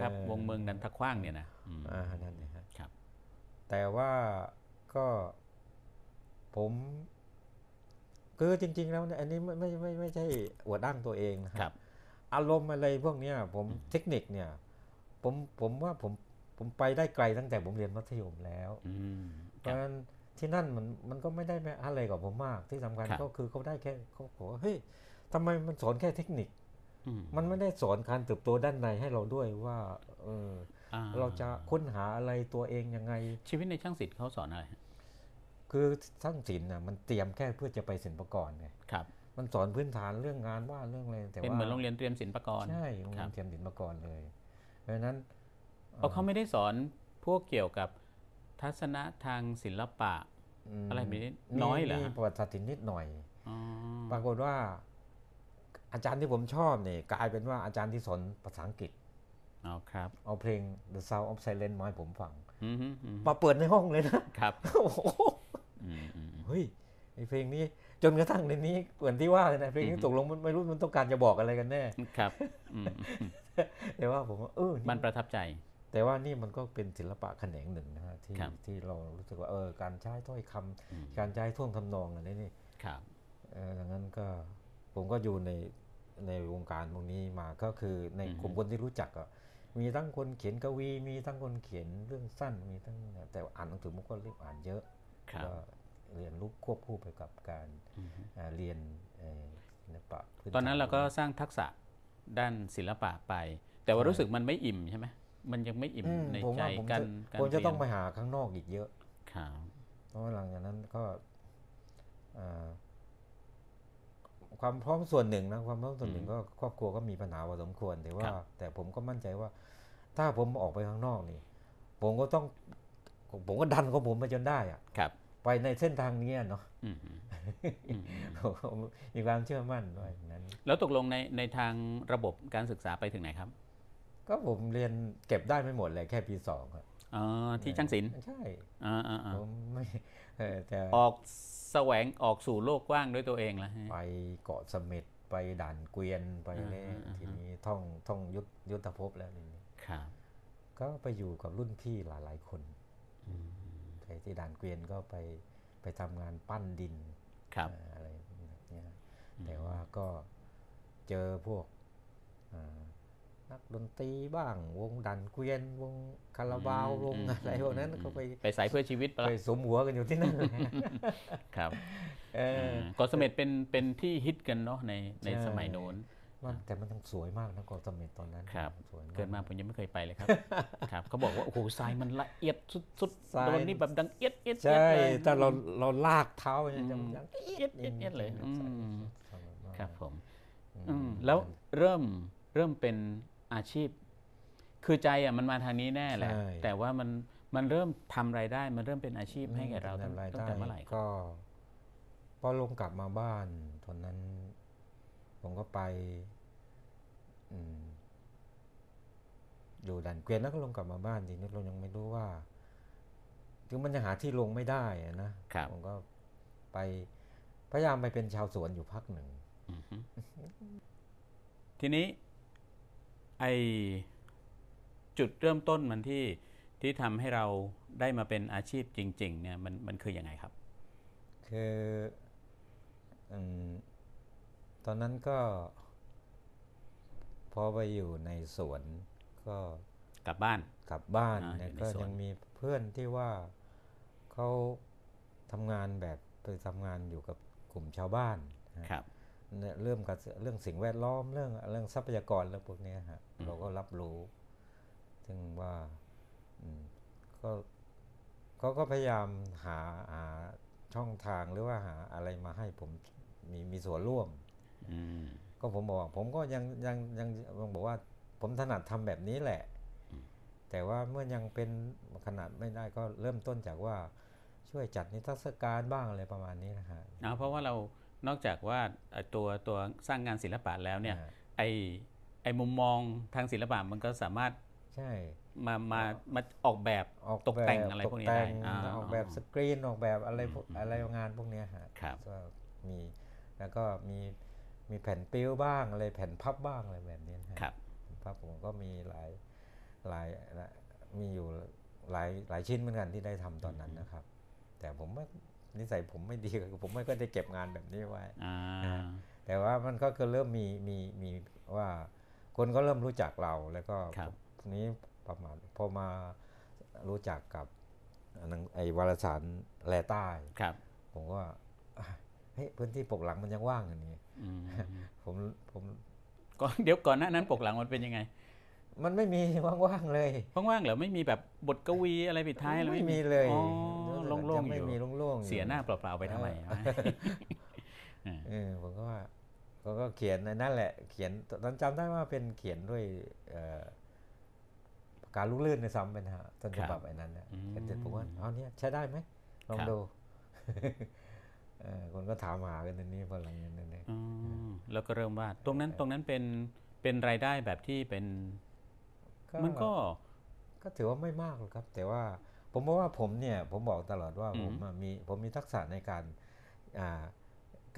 A: ครับ
B: เอ่อ
A: วงเมืองนันทขว้างเนี่ยนะอืม
B: อ่านั่นนะฮะ
A: ครับ
B: แต่ว่าก็ผมคือจริง ๆ แล้วเนี่ยอันนี้ไม่ไม่ไม่ไม่ใช่อวดอ้างตัวเองนะฮะ
A: ครับ
B: อารมณ์อะไรพวกเนี้ยผมเทคนิคเนี่ย ผมผมว่าผมผมไปได้ไกลตั้งแต่ผมเรียนมัธยมแล้ว
A: อืม
B: เพ
A: ครับ
B: ราะฉะนั้นที่นั่นมันมันก็ไม่ได้แม้อะไรกับผมมาก ที่สำคัญ
A: ครับ
B: ก็คือเขาได้แค่เขาบอกว่าเฮ้ยทำไมมันสอนแค่เทคนิค
A: อืม
B: มันไม่ได้สอนการเติบโตด้านในให้เราด้วยว่าเออ
A: อ่
B: เราจะค้นหาอะไรตัวเองยังไง
A: ชีวิตในช่างศิลป์เขาสอนอะไรฮะ
B: คือสร้างศิลป์น่ะมันเตรียมแค่เพื่อจะไปศิลปากรไง
A: ครับ
B: มันสอนพื้นฐานเรื่องงานวาดเรื่องอะไรแต่
A: เป็น
B: ว่า
A: เหมือนโรงเรียนเตรียมศิลปากร
B: ใช่โรง
A: ครับ
B: เรียนเตรียมศิลปากรเลยเพราะฉะนั้น
A: เพราะเขาไม่ได้สอนพวกเกี่ยวกับทัศนะทางศิลปะ
B: ม
A: อะไรแบบนี้
B: มี
A: น้อยเหรอ
B: มี
A: ฮะ
B: ประวัติศาสตร์ศิลป์นิดหน่อย
A: อ๋อ
B: ปรากฏว่า อาจารย์ที่ผมชอบเนี่ยกลายเป็นว่าอาจารย์ที่สอนภาษาอังกฤษ
A: เอาครับ
B: เอาเพลง The Sound of Silence มาให้ผมฟัง
A: อืมฮึอืมฮึ
B: มาเปิดในห้องเลยนะครับ [laughs] โอ้โห
A: อืมอืมอืม
B: เฮ้ยไอเพลงนี้จนกระทั่งในนี้เหมือนที่ว่าเลยนะเพลง
A: อื
B: นี้
A: อฮึ
B: ตกลงมันไม่รู้มันต้องการจะบอกอะไรกันแน่
A: ครับอืมอืมอืม
B: แต่ว่าผมว่าเอ [laughs] อนี่
A: มันประทับใจ
B: แต่ว่านี่มันก็เป็นศิลปะแขนงหนึ่งนะฮะที่
A: ครับ
B: ที่เรารู้สึกว่าเออการใช้ถ้อยคำ
A: อืม
B: การใช้ท่วงทำนองอะไรนี่
A: ครับ
B: เออดังนั้นก็ผมก็อยู่ในในวงการตรงนี้มาก็คือใน
A: อือฮึ
B: กลุ่มคนที่รู้จักอะ มีทั้งคนเขียนกวี มีทั้งคนเขียนเรื่องสั้นมีทั้งแต่ว่าอ่านหนังสือมันก็รีบอ่านเยอะ
A: ครับ
B: ก็เรียนรู้ควบคู่ไปกับการ
A: อือฮึ
B: อ่าเรียนเอ่อศิลปะพื้
A: ตอนนั้น
B: ฐ
A: เราก็สร้างทักษะด้านศิลปะไป แต่ว่า
B: ใช่
A: รู้สึกมันไม่อิ่มใช่ไหมมันยังไม่อิ่ม
B: อืม
A: ใน
B: ผม
A: ใจ
B: ว่าผม
A: กั
B: จะ
A: นการ
B: ผมจะต้องไป
A: เรียน
B: หาข้างนอกอีกเยอะ
A: ครับ
B: เพราะว่าหลังจากนั้นก็เอ่อความพร้อมส่วนหนึ่งนะความพร้อมส่วนหนึ่งก็ครอบครัวก็มีปัญหาพอสมควรแต่ว่า แต่ผมก็มั่นใจว่า ถ้าผมออกไปข้างนอกนี่ ผมก็ต้อง ผมก็ดันของผมไปจนได้อะ
A: ครับ
B: ไปในเส้นทางเนี้ยเนาะ [laughs]
A: อือฮึอือฮึ
B: ผมมีความเชื่อมั่นว่าอย่างนั้น
A: แล้วตกลงในในทางระบบการศึกษาไปถึงไหนครับ
B: ก็ผมเรียนเก็บได้ไม่หมดเลยแค่ปีสองครับ
A: อ๋อที่ช่างศิลป์
B: ใช่
A: อ่าอ่าอ่า
B: ผมไม่เออแต่
A: ออกแสวงออกสู่โลกกว้างด้วยตัวเองแล้ว
B: ไปเกาะเสม็ดไปด่านเกวียนไปเลย
A: อ่าอ่า
B: ทีนี้ท่องท่องยุทธยุทธภพแล้วนี่
A: ครับ
B: ก็ไปอยู่กับรุ่นพี่หลายหลายๆคน
A: อืม
B: ไปที่ด่านเกวียนก็ไปไปทำงานปั้นดิน
A: ครับ
B: อ่าอะไรแบบ
A: อื
B: เนี้ย
A: ม
B: แต่ว่าก็เจอพวกอ่านักดนตรีบ้าง วงดันเกวียน วงคาราบาววง
A: ม
B: อะไรพวกนั้นก็ไป
A: ไปสายเพื่อชีวิตปะ
B: ไป
A: ล่ะ
B: สมหัวกันอยู่ที่
A: [laughs]
B: นั่นแหละ
A: ครับ
B: เออ
A: มเกาะเสม็ดเป็นเป็นที่ฮิตกันเนาะในใน
B: ใช่
A: สมัยโน้น
B: มันแต่มันสวยมากนะเกาะเสม็ดตอนนั้น
A: ครับ
B: สวยมาก
A: เกิดมาผมยังไม่เคยไปเลย [laughs] ครับ ครับเขาบอกว่า โอ้โหทรายมันละเอียดสุด
B: ทรา
A: ๆ
B: ย
A: โดนนี่แบบดังเอียดเอียดเอียด
B: ใช่
A: เลย
B: แต่เราเราลากเท้า
A: อืม
B: จะยัง
A: เอี๊ยดเอี๊ยดเอี๊ยดเลยอืม ครับผมอื
B: อื
A: ม
B: ม
A: แล้วเริ่มเริ่มเป็นอาชีพ คือใจอ่ะมันมาทางนี้แน่แหละ แต่ว่ามันมันเริ่มทำรายได้ มันเริ่มเป็นอาชีพให้แก่เราตั้ง
B: ทำย
A: ตั้งแต่เมื่อไหร่ครับ
B: ก็ พอลงกลับมาบ้านตอนนั้น ผมก็ไป อืมอยู่ดันเกวียนแล้วก็ลงกลับมาบ้านทีนี้เรายังไม่รู้ว่าคือมันยังหาที่ลงไม่ได้อะนะครับ ผมก็ไปพยายามไปเป็นชาวสวนอยู่พักหนึ่ง
A: อือฮึทีนี้ไอจุดเริ่มต้นมันที่ที่ทำให้เราได้มาเป็นอาชีพจริง ๆ เนี่ยมันมันคือยังไงครับ
B: คืออืมตอนนั้นก็ พอไปอยู่ในสวนก็
A: กลับบ้าน
B: กลับบ้าน
A: อ่า
B: แล้ว
A: อยู่ใน
B: ก็
A: สวน
B: ยังมีเพื่อนที่ว่าเขาทำงานแบบไปทำงานอยู่กับกลุ่มชาวบ้านนะครับ เนี่ยเริ่มกับเรื่องสิ่งแวดล้อมเรื่องเรื่องทรัพยากรเรื่องพวกเนี้ยฮะ
A: อืม
B: เราก็รับรู้ ซึ่งว่าอืมก็เขาก็พยายามหาหาช่องทางหรือว่าหาอะไรมาให้ผมมีมีส่วนร่วม
A: อืม
B: ก็ผมบอกว่าผมก็ยังยังยังยังบอกว่า ผมถนัดทำแบบนี้แหละ
A: อืม
B: แต่ว่าเมื่อยังเป็นขนาดไม่ได้ก็เริ่มต้นจากว่าช่วยจัดนิทรรศการบ้างอะไรประมาณนี้นะฮะ
A: นะเพราะว่าเรานอกจากว่าเอ่อตัวตัวสร้างงานศิลปะแล้วเนี่ย
B: อ่า
A: ไอไอมุมมองทางศิลปะมันก็สามารถ
B: ใช่
A: มามามาออกแบบ
B: ออก
A: ตกแต่ง
B: บบ
A: อะไรพวกนี้
B: ตแต่ง
A: ได้อ่า
B: ออกแบบสกรีนออกแบบอะไรพวก
A: อืม
B: อะไรงานพวกเนี้ยฮะ
A: ครับ
B: ก็มีแล้วก็มีมีแผ่นปิ้วบ้างอะไรแผ่นพับบ้างอะไรแบบนี้นะฮะ
A: ครับ
B: แผ่นพับผมก็มีหลายหลายมีอยู่หลายหลายชิ้นเหมือนกันที่ได้ทำตอนนั้นนะครับ แต่ผมว่านิสัยผมไม่ดีคือผมไม่ก็ได้เก็บงานแบบนี้ไว้
A: อ่า
B: แต่ว่ามันก็คือเริ่มมีมีมีว่า คนก็เริ่มรู้จักเราแล้วก็
A: ครับ
B: ทีนี้ประมาณพอมารู้จักกับหนังไอ้วารสารแลใต้
A: ครับ
B: ผมก็ว่า [laughs] อ่ะเฮ้ยพื้นที่ปกหลังมันยังว่างอย่างนี้
A: อืม [laughs]
B: ผมผม
A: ก่อนเดี๋ยวก่อนหน้านั้นปกหลังมันเป็นยังไง
B: มันไม่มี [laughs] ว่างๆเลย
A: ว่างๆเหรอไม่มีแบบบทกวีอะไรปิดท้ายอะไร
B: ไม่มีเลย
A: อ๋อ
B: รู้สึก
A: โล่งๆอ
B: จะไม่
A: ยู่
B: มีโล่งๆอ
A: เสียหน้าเปล่าๆไปทำไมใช่ไหม
B: เออผมก็ว่าเขาก็เขียนในนั่นแหละ เขียนตอนนั้นจำได้ว่าเป็นเขียนด้วยเอ่อปากการลูกลื่นในซ้ำเป็นฮะต้นฉบับไอ้นั้นนะ
A: อืม
B: เขียนเสร็จผมว่าเอาเนี่ยใช้ได้ไหมลอง
A: ครับ
B: ดู เออคนก็ถามหากันในนี้พอหลังจากนั้นเนี่ย
A: [laughs] อืมแล้วก็เริ่มวาดตรงนั้นตรงนั้นเป็นเป็นรายได้แบบที่เป็นมันก็
B: ก็ถือว่าไม่มากหรอกครับ แต่ว่าผมบอกว่าผมเนี่ย ผมบอกตลอดว่า
A: อืม
B: ผมอะมีผมมีทักษะในการอ่า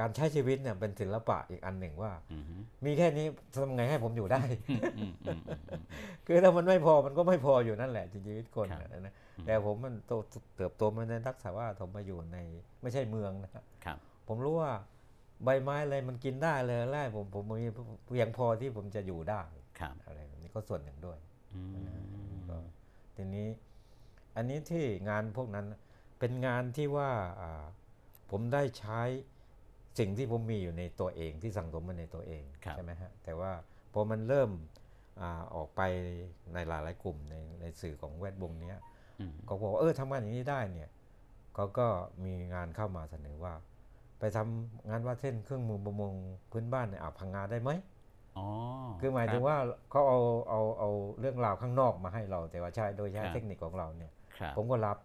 B: การใช้ชีวิตเนี่ยเป็นศิลปะอีกอันหนึ่งว่า
A: อืม
B: มีแค่นี้ทำไงให้ผมอยู่ได้
A: อืมอืมอืมอืม
B: คือถ้ามันไม่พอมันก็ไม่พออยู่นั่นแหละชีวิตคน
A: ครับ
B: น่ะนะ
A: อืม
B: แต่ผมมันโตเติบโตมาในทักษะว่าผมมาอยู่ในไม่ใช่เมืองนะครับ
A: ครับ
B: ผมรู้ว่าใบไม้อะไรมันกินได้เลยไล่ผมผมมีเพียงพอที่ผมจะอยู่ได้
A: ครับ
B: อะไรแบบนี้ก็ส่วนหนึ่งด้วย
A: อ อืม
B: ก็ทีนี้อันนี้ที่งานพวกนั้นเป็นงานที่ว่าอ่าผมได้ใช้สิ่งที่ผมมีอยู่ในตัวเองที่สั่งสมมาในตัวเอง
A: ครับ
B: ใช่ไหมฮะแต่ว่าพอมันเริ่มอาออกไปในหลาย ๆ กลุ่มในในสื่อของแวดวงเนี้ย
A: อืม
B: เขาบอกว่าเออทำงานอย่างนี้ได้เนี่ยเขาก็มีงานเข้ามาเสนอว่า ไปทำงานวาดเส้นเครื่องมือประมงพื้นบ้านในอ่าวพังงาได้ไหม
A: อ๋อ
B: คือหมายถึง
A: รับ
B: ว่าเขาเอาเอาเอาเรื่องราวข้างนอกมาให้เรา แต่ว่าใช้โดยใช้
A: ครับ
B: เทคนิคของเราเนี่ย
A: ครับ
B: ผมก็รับ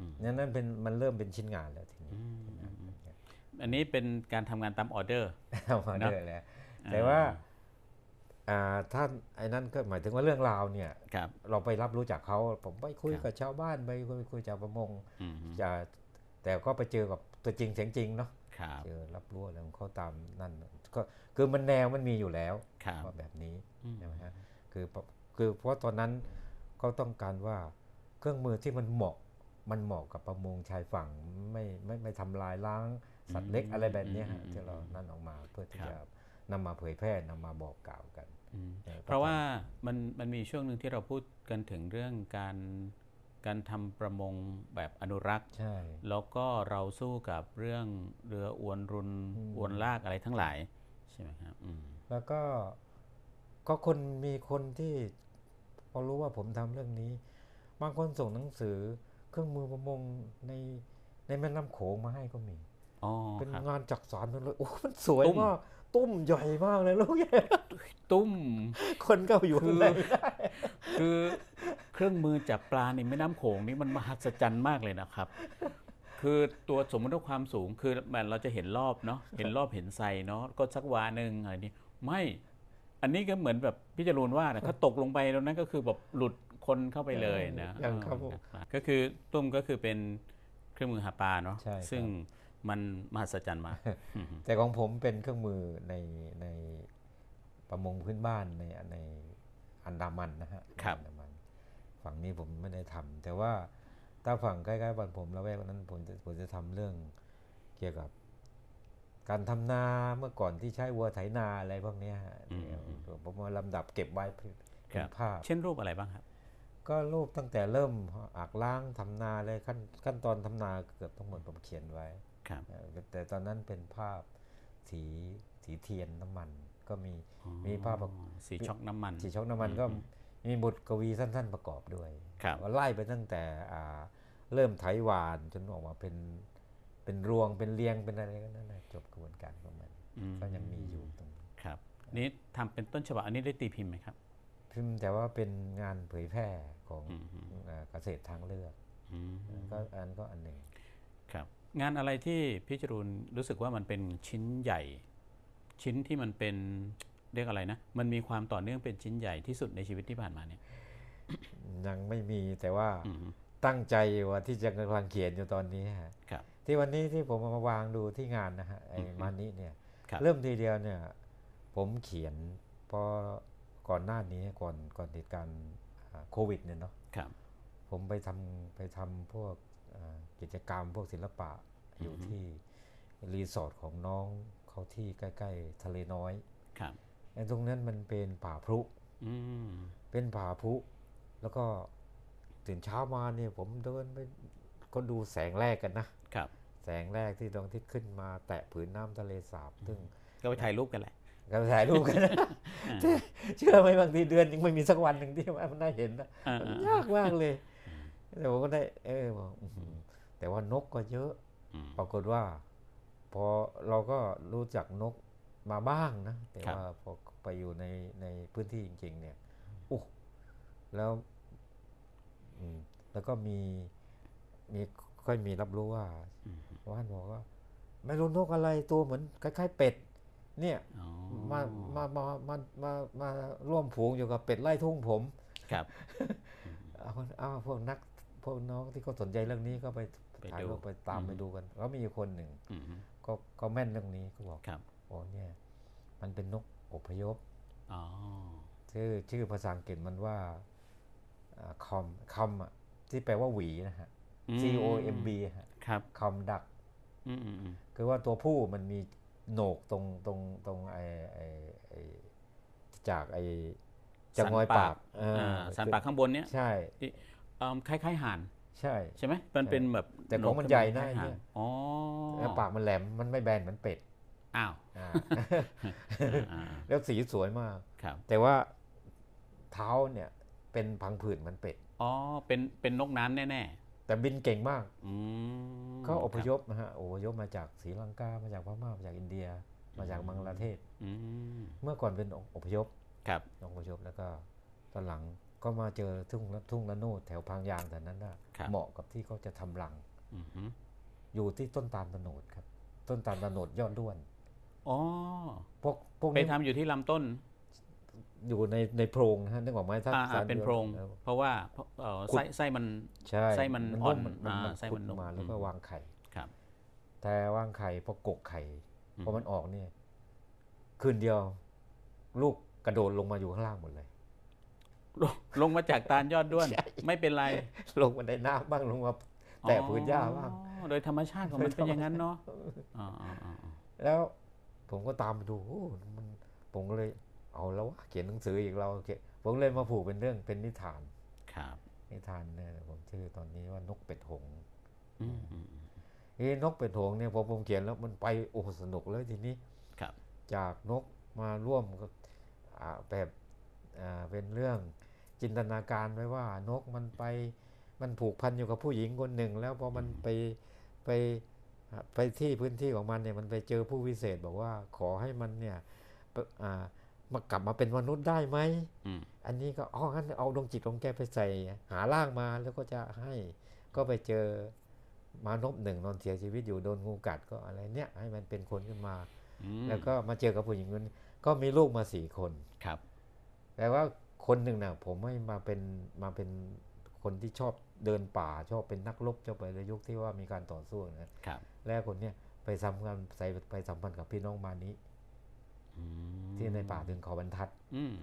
A: อืม
B: นั่นนั่นเป็นมันเริ่มเป็นชิ้นงานแล้วทีนี้
A: อืมอันนี้เป็นการทำงานตามออเดอร์
B: เอามา
A: เนอะ
B: เรื่อยแล้ว แต่ว่าอ่าท่านไอ้นั่นก็หมายถึงว่าเรื่องราวเนี่ย
A: ครับ
B: เราไปรับรู้จากเขาผมไปคุยกับชาวบ้านไปคุยคุยกับชาวประมง
A: อืม
B: จะแต่ก็ไปเจอกับตัวจริงเสียงจริงเนาะ
A: ครับ
B: เจอรับรู้อะไรของเขาตามนั่นก็คือมันแนวมันมีอยู่แล้ว
A: ครับ
B: ว่าแบบนี้
A: อืม
B: ใช่ไหมฮะคือปะคือเพราะตอนนั้นเขาต้องการว่าเครื่องมือที่มันเหมาะมันเหมาะกับประมงชายฝั่งไม่ไม่ไม่ทำลายล้างสัตว์เล็กอะไรแบบเนี้ยฮะที่เรานั่นออกมาเพื่อที่จะนำมาเผยแพร่นำมาบอกกล่าวกัน
A: อืม เพราะว่ามันมันมีช่วงหนึ่งที่เราพูดกันถึงเรื่องการการทำประมงแบบอนุรักษ์
B: ใช่
A: แล้วก็เราสู้กับเรื่องเรืออวนรุน
B: อืม
A: อวนลากอะไรทั้งหลาย ใช่ไหมครับอืม
B: แล้วก็ก็คนมีคนที่พอรู้ว่าผมทำเรื่องนี้ บางคนส่งหนังสือเครื่องมือประมงในในแม่น้ำโขงมาให้ก็มี
A: อ๋อ
B: เป็น
A: ครับ
B: งานจักสารทั้งเลยโอ้มันสวย
A: ตุ้ม
B: มากตุ้มใหญ่มากเลยลูก [laughs] ใหญ่
A: ตุ้ม
B: คนก็อยู่
A: คื
B: ข้าง
A: อ
B: ใน [laughs]
A: คือเครื่องมือจับปลาในแม่น้ำโขงนี่มันมหัศจรรย์มากเลยนะครับ คือตัวสมมติว่าความสูงคือมันเราจะเห็นรอบเนาะเห็นรอบเห็นไซเนาะก็สักวาหนึ่งอะไรนี่ไม่อันนี้ก็เหมือนแบบพี่จรูนว่านะถ้าตกลงไปตรงนั้นก็คือแบบหลุดคนเข้าไปเลยนะ
B: อย่างครับผม
A: ก็คือตุ้มก็คือเป็นเครื่องมือหาปลาเนาะ
B: ใช่ครับ
A: ซึ่งมันมหัศจรรย์มาก
B: แต่ของผมเป็นเครื่องมือในในประมงพื้นบ้านในในอันดามันนะฮะอันดามันฝั่งนี้ผมไม่ได้ทำแต่ว่าถ้าฝั่งใกล้ๆบ้านผมละแวกนั้นผมจะผมจะทำเรื่องเกี่ยวกับ การทำนาเมื่อก่อนที่ใช้วัวไถนาอะไรพวกเนี้ยฮะเดี๋ยวผมมาลำดับเก็บไว้เพื่อ
A: ค
B: เป็
A: รั
B: น
A: บ
B: ภาพ
A: เช่นรูปอะไรบ้างครับ
B: ก็รูปตั้งแต่เริ่มอากล้างทำนาเลยขั้นขั้นตอนทำนาเกือบทั้งหมดผมเขียนไว้
A: ครับ
B: เอ่อแต่ตอนนั้นเป็นภาพสีสีเทียนน้ำมัน ก็มี มีภาพแบบ
A: อ๋อสีช็อกน้ำมัน
B: สีช็อกน้ำมันก็มีบทกวีสั้น ๆ ประกอบด้วย
A: ครับ
B: ก็ไล่ไปตั้งแต่อ่าเริ่มไถหวานจนออกมาเป็นเป็นรวงเป็นเรียงเป็นอะไรก็นั่นแหละจบกระบวนการของมัน
A: อืม
B: ก็ยังมีอยู่ตรงนี้
A: ครับนี่ทำเป็นต้นฉบับอันนี้ได้ตีพิมพ์ไหมครับ
B: พิมพ์แต่ว่าเป็นงานเผยแพร่ของ
A: อืมอืม
B: อ่าเกษตรทางเลือก
A: อืม
B: ก็อันก็อันหนึ่ง
A: ครับ งานอะไรที่พี่จรูนรู้สึกว่ามันเป็นชิ้นใหญ่ ชิ้นที่มันเป็นเรียกอะไรนะ มันมีความต่อเนื่องเป็นชิ้นใหญ่ที่สุดในชีวิตที่ผ่านมาเนี่ย
B: ยังไม่มีแต่ว่า
A: อืม
B: ตั้งใจว่าที่จะกำลังเขียนอยู่ตอนนี้ฮะ
A: ครับ
B: ที่วันนี้ที่ผมเอามาวางดูที่งานนะฮะไอ้มานี้เนี่ย
A: ครับ
B: เริ่มทีเดียวเนี่ย ผมเขียนเพอก่อนหน้านี้ก่อนก่อนเหตุการณ์อ่าโควิดเนี่ยเนาะ
A: ครับ
B: ผมไปทำไปทำพวกอ่ากิจกรรมพวกศิลปะอยู่ที่รีสอร์ทของน้องเขาที่ใกล้ ๆ ทะเลน้อย
A: ครับ
B: ไอ้ตรงนั้นมันเป็นป่าพลุ
A: อืม
B: เป็นผาพุแล้วก็ตื่นเช้ามาเนี่ยผมเดินไปก็ดูแสงแรกกันนะ
A: ครับ
B: แสงแรกที่ดวงอาที่ขึ้นมาแตะผืนน้ำทะเลสาบ ซึ่ง
A: ก็ไปถ่ายรูปกันแหละ
B: ก็ถ่ายรูปกันนะ [laughs] เชื่อไหมบางทีเดือนยังไม่มีสักวันหนึ่งที่มันได้เห็นนะ
A: อ่า
B: มัน
A: อ่าย
B: ากมากเลย แต่ผมก็ได้ เออบอกอื้อหือแต่ว่านกก็เยอะ
A: อืม
B: ปรากฏว่า พอเราก็รู้จักนกมาบ้างนะ แต่
A: ครับ
B: ว่าพอไปอยู่ในในพื้นที่จริง ๆ เนี่ยโอ้แล้วอืมแล้วก็มีมีค่อยมีรับรู้ว่า
A: อืม
B: ว่านบอกว่า ไม่รู้นกอะไรตัวเหมือนคล้ายๆเป็ด เนี่ย
A: อ๋อ
B: มามามามามามาร่วมผูงอยู่กับเป็ดไล่ทุ่งผม
A: ครับ
B: เอาเอาพวกนักพวกน้องที่เขาสนใจเรื่องนี้ก็ไป
A: ไป
B: ถ่าย
A: ดู
B: รูปไปตาม
A: อืม
B: ไปดูกันแล้วมีอยู่คนหนึ่ง
A: อืม
B: ก็ก็แม่นเรื่องนี้ก็บอก
A: ครับ
B: โอ้เนี่ย มันเป็นนกอพยพ
A: อ๋อ
B: ชื่อชื่อภาษาอังกฤษมันว่าคอมคอมอ่ะที่แปลว่าหวีนะฮะ
A: อืม
B: C O M B ฮะ
A: ครับ
B: คอมดัก
A: อืมอืมอืม
B: คือว่าตัวผู้มันมีโหนกตรงตรงตรงไอไอไอจากไอ จะ
A: สัน
B: งอยปากอ่า
A: อ่าสันปากข้างบนเนี้ย
B: ใช่
A: เอิ่มคล้ายๆห่าน
B: ใช่
A: ใช่ไหมมันเป็นแบบ
B: แต่ของมันใหญ่นะ
A: คล้ายๆห่า
B: ไอ้เนี่
A: น
B: ย
A: อ๋อ
B: แล้วปากมันแหลมมันไม่แบนเหมือนเป็ด
A: อ้าว
B: อ่า [laughs]
A: อ่า
B: แล้วสีสวยมาก
A: ครับ
B: แต่ว่าเท้าเนี่ยเป็นพังผืดเหมือนเป็ด
A: อ๋อเป็นเป็นนกน้ำแน่
B: แต่บินเก่งมาก
A: ๆอืม
B: เขาอ
A: ค
B: พ
A: รับ
B: ยพนะฮะอพยพมาจากศรีลังกา มาจากพม่า มาจากอินเดีย มาจากบังกลาเทศ
A: อืม
B: เมื่อก่อนเป็นอพยพ
A: ครับ
B: อพยพแล้วก็ตอนหลังก็มาเจอทุ่งละทุ่งละโนดแถวพังยางแถวนั้นน่ะ
A: ครับ
B: เหมาะกับที่เขาจะทำรัง
A: อือฮึ
B: อยู่ที่ต้นตาลตะโนดครับ ต้นตาลตะโนดยอดด้วน
A: อ๋อ
B: พวกพวก
A: ไป
B: นี้
A: ทำอยู่ที่ลำต้น
B: อยู่ในในโพรงนะฮะนึกออกไหมถ้า
A: อ่าอ่า
B: สาร
A: เป็นโพรง
B: ออ
A: เพราะว่าเพราะเอ่อ
B: ขุด
A: ไส้ไส้มัน
B: ใช่
A: ไส้มันอ่อน
B: มั
A: อ่า
B: มั
A: ไส้มัน
B: ขุด
A: นุ่ม
B: มาแล้วก็
A: อืม
B: วางไข่
A: ครับ [laughs]
B: แต่วางไข่พอกกไข่
A: อื
B: พอมันออกเนี่ยคืนเดียว ลูกกระโดดลงมาอยู่ข้างล่างหมดเลย [laughs]
A: ลงลงมาจากตาลยอดด้วน ไม่เป็นไร
B: ลงมาในน้ำบ้างลงมาแตะพื้นหญ้าบ้าง
A: อ๋อโดยธรรมชาติของมันเป็นอย่างนั้นเนาะอ๋ออ๋ออ๋ออ๋อ
B: แล้วผมก็ตามไปดูโอ้มันผมก็เลยเอาแล้ววะเขียนหนังสืออีกเราเขียนผมเลยมาผูกเป็นเรื่องเป็นนิทาน
A: ครับ
B: นิทานเนี่ยผมชื่อตอนนี้ว่านกเป็ดหงส์
A: อืมอืม
B: เอ้นกเป็ดหงส์เนี่ยพอผมเขียนแล้วมันไปโอ้โหสนุกเลยทีนี้
A: ครับ
B: จากนกมาร่วมกับอ่าแบบอ่าเป็นเรื่องจินตนาการไว้ว่านกมันไปมันผูกพันอยู่กับผู้หญิงคนหนึ่ง แล้วพอมันไปไปอ่าไปที่พื้นที่ของมันเนี่ยมันไปเจอผู้วิเศษบอกว่าขอให้มันเนี่ยปะอ่ามากลับมาเป็นมนุษย์ได้ไหม
A: อืม
B: อันนี้ก็อ๋องั้นเอาดวงจิตของแกไปใส่ หาร่างมาแล้วก็จะให้ ก็ไปเจอมานพหนึ่งนอนเสียชีวิตอยู่โดนงูกัดก็อะไรเนี่ย ให้มันเป็นคนขึ้นมา
A: อืม
B: แล้วก็มาเจอกับผู้หญิงคนนี้ก็มีลูกมาสี่คน
A: ครับ
B: แต่ว่าคนหนึ่งนะผมให้มาเป็นมาเป็นคนที่ชอบเดินป่าชอบเป็นนักรบชอบไปในยุคที่ว่ามีการต่อสู้นะครับ แล้วคนเนี้ยไปสัมพันธ์ใส่ไปสัมพันธ์กับพี่น้องมานี้
A: อืม
B: ที่ในป่าถึงเขาบรรทัด
A: อืม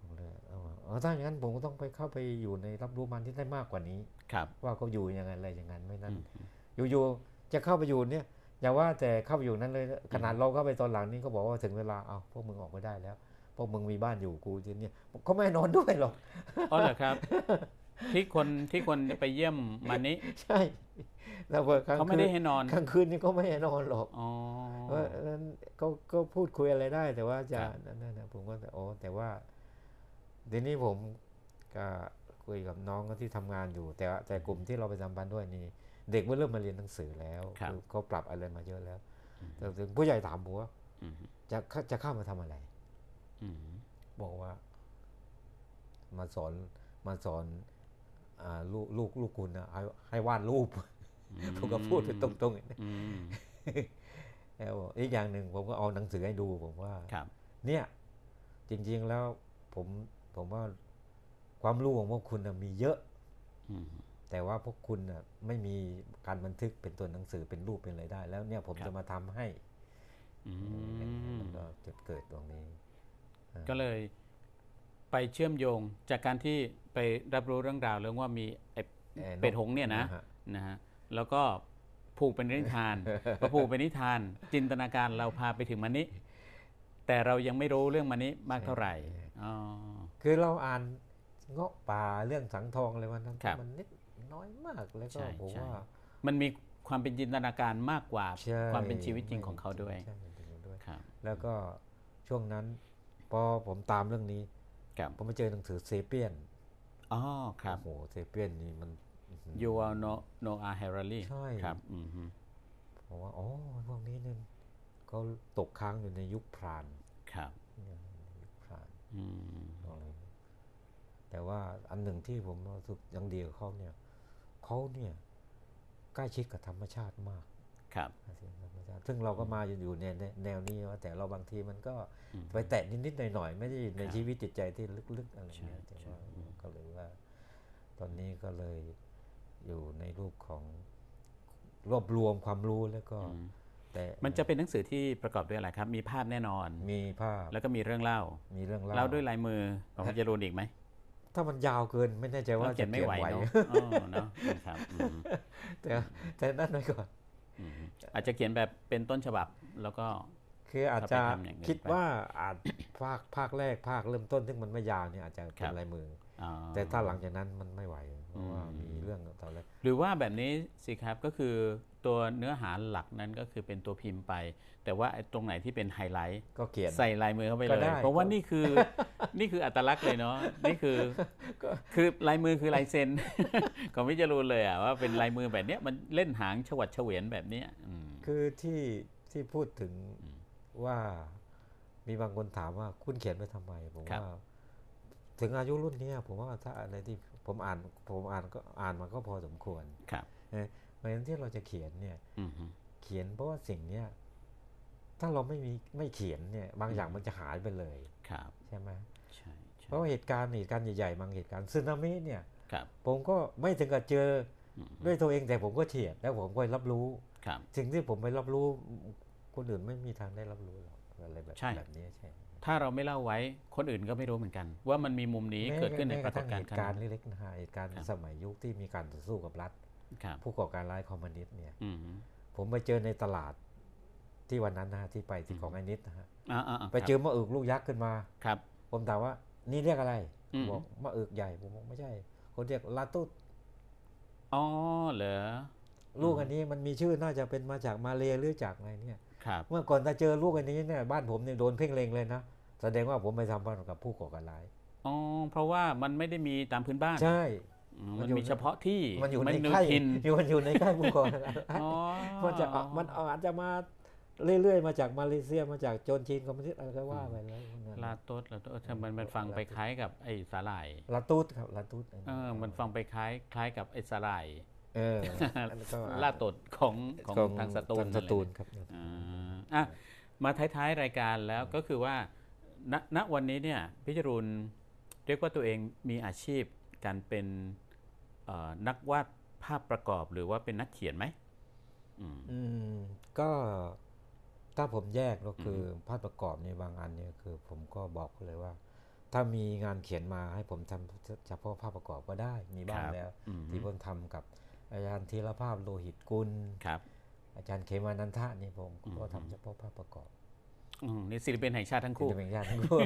B: ผมเลยเอาว่าเออถ้าอย่างนั้นผมก็ต้องไปเข้าไปอยู่ในรับรู้มันที่ได้มากกว่านี้
A: ครับ
B: ว่าเขาอยู่ยังไงอะไรอย่างนั้นไม่นั้น
A: อืมอืม
B: อยู่ๆจะเข้าไปอยู่เนี่ยอย่าว่าแต่เข้าไปอยู่นั้นเลยขนาดเราเข้าไปตอนหลังนี่ก็บอกว่าถึงเวลาเอาพวกมึงออกไปได้แล้ว พวกมึงมีบ้านอยู่กูที่เนี่ยเขาไม่ให้นอนด้วยหรอก
A: อ๋อเหรอครับ ที่คนที่คนไปเยี่ยมมานี้
B: ใช่แล้วพอกลาง
A: เขาไม่
B: คื
A: ได้
B: น
A: ให้นอน
B: กลางคืนนี่ก็ไม่ให้นอนหรอก
A: อ๋อ
B: เพราะฉะนั้นก็ก็พูดคุยอะไรได้ แต่ว่าจะ
A: ครับ
B: นั่นนะผมก็โอ้แต่ว่าทีนี้ผมก็คุยกับน้องที่ทำงานอยู่ แต่ว่าแต่กลุ่มที่เราไปสัมพันธ์ด้วยนี่เด็กมันเริ่มมาเรียนหนังสือแล้ว
A: ครับ
B: อเขาปรับอะไรมาเยอะแล้ว แต่ถึงผู้ใหญ่ถามผมว่า
A: อืม
B: จะเข้าจะเข้ามาทำอะไร
A: อืม
B: บอกว่า มาสอนมาสอนอ่าลูกลูกลูกคุณนะให้ให้วาดรูป [laughs] ผมก็พูดไปตรงๆอย่างนี้
A: อืม
B: แล้วบอกอีกอย่างหนึ่งผมก็เอาหนังสือให้ดูผมว่า
A: ครับ
B: เนี่ย จริงๆแล้วผมผมว่าความรู้ของพวกคุณนะมีเยอะ
A: อืม
B: แต่ว่าพวกคุณน่ะไม่มีการบันทึกเป็นตัวหนังสือเป็นรูปเป็นอะไรได้ แล้วเนี่ยผม
A: ครับ
B: จะมาทำให้
A: อืม
B: มันก็จุดเกิดตรงนี้
A: ก็เลยไปเชื่อมโยงจากการที่ไปรับรู้เรื่องราวเรื่องว่ามีไอ้
B: เอ่อนก
A: เป็ดหงส์เนี่ยนะ
B: ฮ
A: นะฮะแล้วก็ผูกเป็นนิ
B: [laughs]
A: ทาน พอผูกเป็นนิทาน จินตนาการเราพาไปถึงมันนี้ แต่เรายังไม่รู้เรื่องมันนี้มากเท่าไหร่อ๋อ
B: คือเราอ่านเงาะป่าเรื่องสังทองอะไรวันนั้น
A: ครับ
B: มันนิดน้อยมากแล้วก็
A: ใช่
B: ผม
A: ใช่
B: ว่า
A: มันมีความเป็นจินตนาการมากกว่า
B: ใช่
A: ความเป็นชีวิตจริงของเขาด้วย
B: ใช่เป็นจริงด้วย
A: ครับ
B: แล้วก็ช่วงนั้น พอผมตามเรื่องนี้
A: ครับ
B: ผมไปเจอหนังสือเซเปียน
A: อ๋อครับ
B: โอ้โหเซเปียนนี่มันอื้อหือ
A: you are no no are Harari
B: ใช่
A: ครับอืมฮึ
B: ผมว่าอ๋อพวกนี้เนี่ยเขาตกค้างอยู่ในยุคพราน
A: ครับ
B: ยุคพราน
A: อืม
B: อะไรแต่ว่าอันหนึ่งที่ผมรู้สึกยังดีกับเขาเนี่ยเขาเนี่ยใกล้ชิดกับธรรมชาติมาก
A: ครับ
B: อาเซียนธรรมชาติซึ่งเราก็มาอยู่ในแนแนวนี้ว่าแต่เราบางทีมันก็
A: อืม
B: ไปแตะนิดๆหน่อยๆไม่ได้อยู่ใน
A: ครับ
B: ชีวิตจิตใจที่ลึกๆอะไรเงี้ย
A: ใช่
B: แต่
A: ใช่
B: ว่าก็เลยว่า ตอนนี้ก็เลยอยู่ในรูปของรวบรวมความรู้แล้วก็
A: อืม
B: แต่
A: มันจะเป็นหนังสือที่ประกอบด้วยอะไรครับ มีภาพแน่นอน
B: มีภาพ
A: แล้วก็มีเรื่องเล่า
B: มีเรื่อง
A: เล่า
B: เล่า
A: ด้วยลายมือของคุณจรูนอีกไหม
B: ถ้ามันยาวเกินไม่แน่ใจว่า
A: เราเขี
B: จะ
A: ยนไม่ไหวเนาะเออเนาะนะครับอืม
B: แต่แต่นั่นไว้ก่อน
A: อืมอาจจะเขียนแบบเป็นต้นฉบับ แล้วก็
B: คืออาจจะ
A: ถ้าไปทำอย่างอื่น
B: คิดว่าอาจภาคภาคแรกภาคเริ่มต้นซึ่งมันไม่ยาวเนี่ยอาจจะ
A: ครั
B: เป็
A: บ
B: นลายมือ
A: อ๋อ
B: แต่ถ้าหลังจากนั้นมันไม่ไหวเพราะว่า
A: อืม
B: มีเรื่องตอนแรก
A: หรือว่าแบบนี้สิครับก็คือตัวเนื้อหาหลักนั้นก็คือเป็นตัวพิมพ์ไป แต่ว่าไอ้ตรงไหนที่เป็นไฮไลท์
B: ก็เขียน
A: ใส่ลายมือเข้าไป
B: ก็
A: เล
B: ได้
A: ย เพราะว่า
B: ก็
A: นี่
B: [laughs]
A: คือ นี่คืออัตลักษณ์เลยเนาะนี่คือ
B: ก็
A: คือลายมือคือลายเซ็น [laughs] ของพี่จรูนเลยอ่ะว่าเป็นลายมือแบบเนี้ยมันเล่นหางฉวัดเฉวียนแบบเนี้ยอืม
B: คือที่ที่พูดถึง
A: อืม
B: ว่ามีบางคนถามว่าคุณเขียนไปทำไม ผม
A: ครับ
B: ว่า ถึงอายุรุ่นเนี้ยผมว่าถ้าอะไรที่ผมอ่าน ผมอ่านก็อ่านมันก็พอสมควร
A: ครับ
B: นะเพราะฉะนั้นที่เราจะเขียนเนี่ย
A: อืมฮึ
B: เขียนเพราะว่าสิ่งเนี้ยถ้าเราไม่มีไม่เขียนเนี่ย บางอย่าง
A: อืม
B: มันจะหายไปเลย
A: ครับ
B: ใช่ไหม
A: ใช่ใช่
B: เพราะว่าเหตุการณ์เหตุการณ์ใหญ่ๆบางเหตุการณ์ซึนามิเนี่ย
A: ครับ
B: ผมก็ไม่ถึงกับเจอ
A: อืมฮึ
B: ด้วยตัวเองแต่ผมก็เฉียดแล้วผมก็รับรู้
A: ครับ
B: สิ่งที่ผมไปรับรู้คนอื่นไม่มีทางได้รับรู้หรอกอะไรแบบ
A: ใช่
B: แบบนี้ใช่
A: ถ้าเราไม่เล่าไว้คนอื่นก็ไม่รู้เหมือนกัน ว่ามันมีมุมนี้
B: แม้
A: เกิดขึ้นใน
B: แม้
A: ปรากฏการ
B: เห
A: ณ์ค
B: ตุ
A: รั้ง
B: การณ์
A: นี้
B: เล็กๆนะฮะเหตุการณ์
A: ครับ
B: สมัยยุคที่มีการต่อสู้กับรัฐ
A: ครับ
B: ผู้ก่อการร้ายคอมมิวนิสต์เนี่ย
A: อืมฮึ
B: ผมไปเจอในตลาดที่วันนั้นนะฮะที่ไปที่
A: อืม
B: ของไอ้นิดนะฮะ
A: อ่าๆๆ
B: ไปเจอมะอึกลูกยักษ์ขึ้นมา
A: ครับ
B: ผมถามว่า นี่เรียกอะไร
A: อืม
B: บอกมะอึกใหญ่ผมบอกไม่ใช่ คนเรียกลาตุด
A: อ๋อเหรอ
B: ลูก
A: อืม
B: อันนี้มันมีชื่อน่าจะเป็นมาจากมาเลหรือจากอะไรเนี่ย
A: ครับ
B: เมื่อก่อนถ้าเจอลูกอันนี้เนี่ยบ้านผมเนี่ยโดนเพ่งเลงเลยนะแสดงว่าผมไปทำบ้านกับผู้ก่อการร้าย
A: อ๋อเพราะว่ามันไม่ได้มีตามพื้นบ้าน
B: ใช่
A: อืมมั
B: มั
A: น น
B: อยู่
A: มีเฉพาะที่
B: มันอยู่ใน
A: นู
B: ใกล้
A: ทิน
B: อยู่มันอยู่ในใกล้ผู้ก่อการร้าย
A: อ๋อ
B: มันจะเอามันอาจจะมาเรื่อยๆมาจากมาเลเซียมาจากโจนจีนคอมมิวนิสต์อะไรก็ว่าไปแล้วนั่
A: ลา
B: นน่ะ
A: โต๊ดลาโต๊ดเออทำไมันมัน
B: ลาโต๊ด
A: ฟังไปคล้ายกับไอ้สาหร่าย
B: ลาตูดครับลาตูด
A: เออ มันฟังไปคล้ายคล้ายกับไอ้สาหร่าย
B: เอออันนั้นก็
A: ล่าตดของของทางสตูล
B: ทางสตูล
A: นั่นแหละ
B: ครับ
A: อ่าอ่ะมาท้ายๆรายการแล้วก็คือว่าณณวันนี้เนี่ยพิจารุณเรียกว่าตัวเองมีอาชีพการเป็นเอ่อนักวาดภาพประกอบหรือว่าเป็นนักเขียนไหมอืม
B: อืมก็ถ้าผมแยกก็คืออภาพประกอบในยบางอันเนี่ยคือ ผมก็บอกเลยว่า ถ้ามีงานเขียนมาให้ผมทำเฉพาะภาพประกอบก็ได้มีบ้าง
A: ครับ
B: แล้ว
A: อืม
B: ที่ผมทำกับอาจารย์ธีรภาพโลหิตกุล
A: ครับ
B: อาจารย์เขมานันทะนี่ผม
A: อืม
B: ก็ทำเฉพาะภาพประกอบ
A: อืมนี่ศิลปินแห่งชาติทั้งคู่
B: ที่เป็นญ [laughs] าติทั้งคู่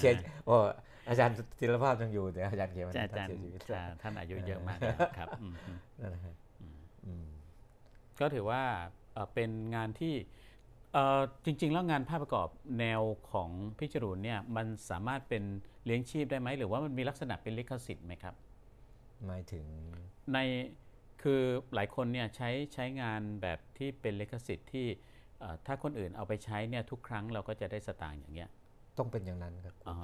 B: เสียโอ้อาจารย์ธีรภาพยังอยู่แต่อาจารย์เขมานั
A: อาน
B: ทะ
A: จารย์
B: เสียชีวิต
A: อ่า
B: แล้ว
A: ท่านอายุเยอะมากแล้วครับอืมอืม
B: นั่นนะฮะ
A: อืม
B: อืม
A: ก็ถือว่าเอ่อเป็นงานที่เอ่อจริง ๆ แล้วงานภาพประกอบแนวของพี่จรูนเนี่ยมันสามารถเป็นเลี้ยงชีพได้ไหม หรือว่ามันมีลักษณะเป็นลิขสิทธิ์ไหมครับ
B: หมายถึง
A: ในคือหลายคนเนี่ยใช้ใช้งานแบบที่เป็นลิขสิทธิ์ที่เอ่อถ้าคนอื่นเอาไปใช้เนี่ยทุกครั้งเราก็จะได้สตางค์อย่างเงี้ย
B: ต้องเป็นอย่างนั้นครับ
A: อ๋อ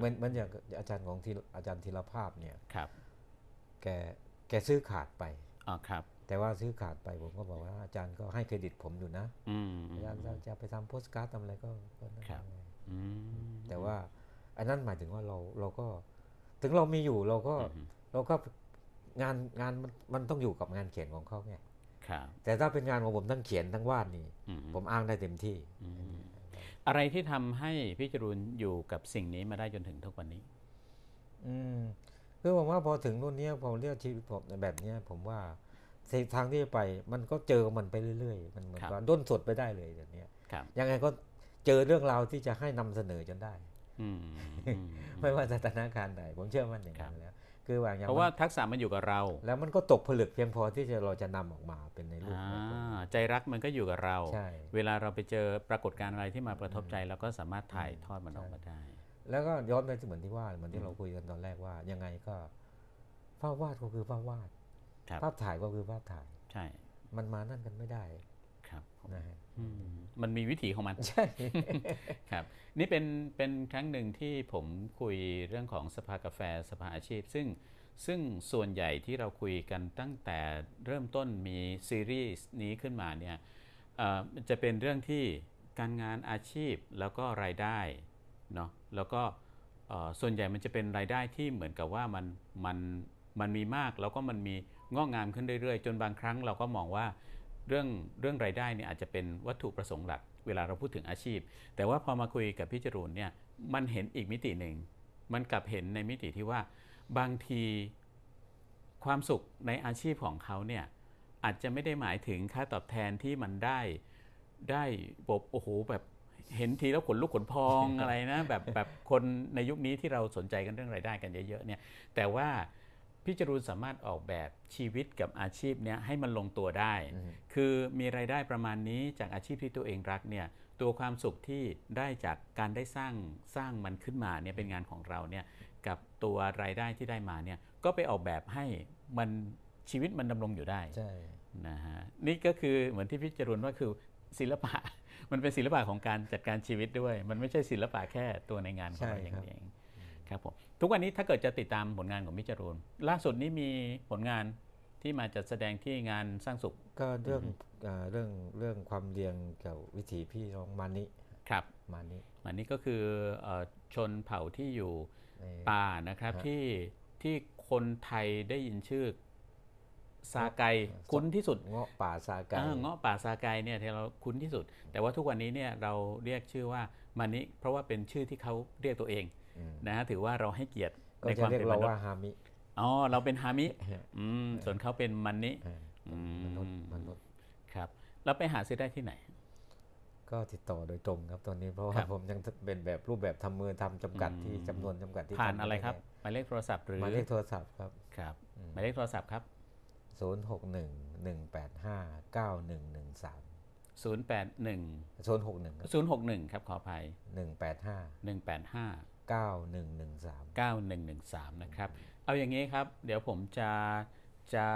B: เป็นอย่า
A: ครับ
B: งนั้นเหมันเหมันอย่างอาจารย์ของที่อาจารย์ธีรภาพเนี่ย
A: ครับ
B: แกแกซื้อขาดไป
A: อ๋อครับ
B: แต่ว่าซื้อขาดไปผมก็บอกว่าอาจารย์ก็ให้เครดิตผมอยู่นะ
A: อืมอื
B: อาม จารย์จะไปทำโพสการ์ดทำอะไรก็ก็นั่น
A: ครับ
B: ไง
A: อืม
B: แต่ว่าอันนั้นหมายถึงว่าเราเราก็ ถึงเรามีอยู่เราก็
A: อือฮึ
B: เราก็งานงานมันมันต้องอยู่กับงานเขียนของเขาไง
A: ครับ
B: แต่ถ้าเป็นงานของผมทั้งเขียนทั้งวาดนี่
A: อืม
B: ผมอ้างได้เต็มที่
A: อืมอะไรที่ทำให้พี่จรูนอยู่กับสิ่งนี้มาได้จนถึงทุกวันนี้
B: อืมคือผมว่าพอถึงรุ่นเนี้ยพอเลือกชีวิตผมแบบเนี้ยผมว่าเส้นทางที่จะไปมันก็เจอมันไปเรื่อยๆ มันเหมือน
A: ครับ
B: กับด้นสดไปได้เลยอย่างเนี้ย
A: ครับ
B: ยังไงก็เจอเรื่องราวที่จะให้นำเสนอจนได้
A: อืมอืม
B: ไม่ว่าสถานการณ์ไหนผมเชื่อมันอย่างนั้นแล้ว คือว่าอย่าง
A: เพราะว่าทักษะมันอยู่กับเรา
B: แล้วมันก็ตกผลึกเพียงพอที่จะเราจะนำออกมาเป็นในรูป
A: อ่า
B: แบบนั้น
A: ใจรักมันก็อยู่กับเรา
B: ใช่
A: เวลาเราไปเจอปรากฏการณ์อะไรที่มากระทบใจเราก็สามารถถ่ายทอดมันออกมาได้
B: แล้วก็ย้อนไปเหมือนที่ว่าเหมือนที่เราคุยกันตอนแรกว่า ยังไงก็ภาพวาดก็คือภาพวาด
A: ครับ
B: ภาพถ่ายก็คือภาพถ่าย
A: ใช่
B: มันมานั่นกันไม่ได้
A: ครับ
B: นะฮะ
A: อืมมันมีวิถีของมัน
B: ใช่
A: [laughs] ครับนี่เป็นเป็นครั้งหนึ่งที่ผมคุยเรื่องของสภากาแฟสภาอาชีพ ซึ่งซึ่งส่วนใหญ่ที่เราคุยกันตั้งแต่เริ่มต้นมีซีรีส์นี้ขึ้นมาเนี่ยเอ่อจะเป็นเรื่องที่การงานอาชีพแล้วก็รายได้เนาะแล้วก็เอ่อส่วนใหญ่มันจะเป็นรายได้ที่เหมือนกับว่ามันมันมันมีมากแล้วก็มันมีงอกงามขึ้นเรื่อยๆ จนบางครั้งเราก็มองว่าเรื่องเรื่องรายได้เนี่ยอาจจะเป็นวัตถุประสงค์หลัก เวลาเราพูดถึงอาชีพ แต่ว่าพอมาคุยกับพี่จรูนเนี่ยมันเห็นอีกมิติหนึ่ง มันกลับเห็นในมิติที่ว่าบางทีความสุขในอาชีพของเขาเนี่ยอาจจะไม่ได้หมายถึงค่าตอบแทนที่มันได้ ได้แบบโอ้โหแบบเห็นทีแล้วขนลุกขนพอง อะไรนะ [laughs] แบบแบบคนในยุคนี้ที่เราสนใจกันเรื่องรายได้กันเยอะๆเนี่ยแต่ว่าพี่จรูนสามารถออกแบบชีวิตกับอาชีพเนี้ยให้มันลงตัวได้
B: อืม
A: คือมีรายได้ประมาณนี้จากอาชีพที่ตัวเองรักเนี่ยตัวความสุขที่ได้จากการได้สร้างสร้างมันขึ้นมาเนี่ยเป็นงานของเราเนี่ยกับตัวรายได้ที่ได้มาเนี่ยก็ไปออกแบบให้มันชีวิตมันดำรงอยู่ได้
B: ใช่
A: นะฮะนี่ก็คือเหมือนที่พี่จรุนว่าคือศิลปะ [laughs] มันเป็นศิลปะของการจัดการชีวิตด้วย มันไม่ใช่ศิลปะแค่ตัวในงานของเรา
B: ใช่
A: อย่าง
B: ครับ
A: เดียวเองครับผมทุกวันนี้ถ้าเกิดจะติดตามผลงานของพี่จรุนล่าสุดนี้มีผลงานที่มาจัดแสดงที่งานสร้างสุข
B: ก็เรื่องเอ่อเรื่องเรื่องความเรียงเกี่ยววิถีพี่น้องมานิ
A: ครับ
B: มานิ
A: อันนี้ก็คือเอ่อชนเผ่าที่อยู่
B: ใน
A: ป่านะครับ
B: ฮะ
A: ที่ที่คนไทยได้ยินชื่อซาไก
B: ครับ
A: คุ้นที่สุด
B: เงาะป่าซาไกา
A: อ่าเงาะป่าซาไกเนี่ยที่เราคุ้นที่สุด แต่ว่าทุกวันนี้เนี่ยเราเรียกชื่อว่ามานิเพราะว่าเป็นชื่อที่เขาเรียกตัวเอง
B: อืม
A: นะฮะถือว่าเราให้เกียรติ
B: ก็
A: ในค
B: จะ
A: วาม
B: เรียก
A: เป็นม
B: เรา
A: นุษ
B: ว่า
A: ย์
B: ฮามิ
A: อ๋อเราเป็นฮามิอืมส่วนเขาเป็นมันนิ
B: เออ
A: อืม
B: มนุษย์มนุษย์
A: ครับแล้วไปหาซื้อได้ที่ไหน
B: ก็ติดต่อโดยตรงครับตอนนี้เพราะ
A: ครั
B: ว่า
A: บ
B: ผมยังเป็นแบบรูปแบบทำมือทำจำกัดที่จำนวนจำกัดที่
A: ผ่าน
B: ทำ
A: อะไรครับ
B: ด้
A: หมายเลขโทรศัพท์หรือ
B: หมายเลขโทรศัพท์ครับ
A: ครับ
B: อืม
A: หมายเลขโทรศัพท์ครับ
B: 0 6 1 1 8 5 9 1 1 3
A: 081
B: 0 6 1ครับ
A: 061ครับขออภัย
B: 1 8 5
A: 185
B: 9 1 1 3
A: 9113 นะครับ เอาอย่างนี้ครับ เดี๋ยวผมจะจะ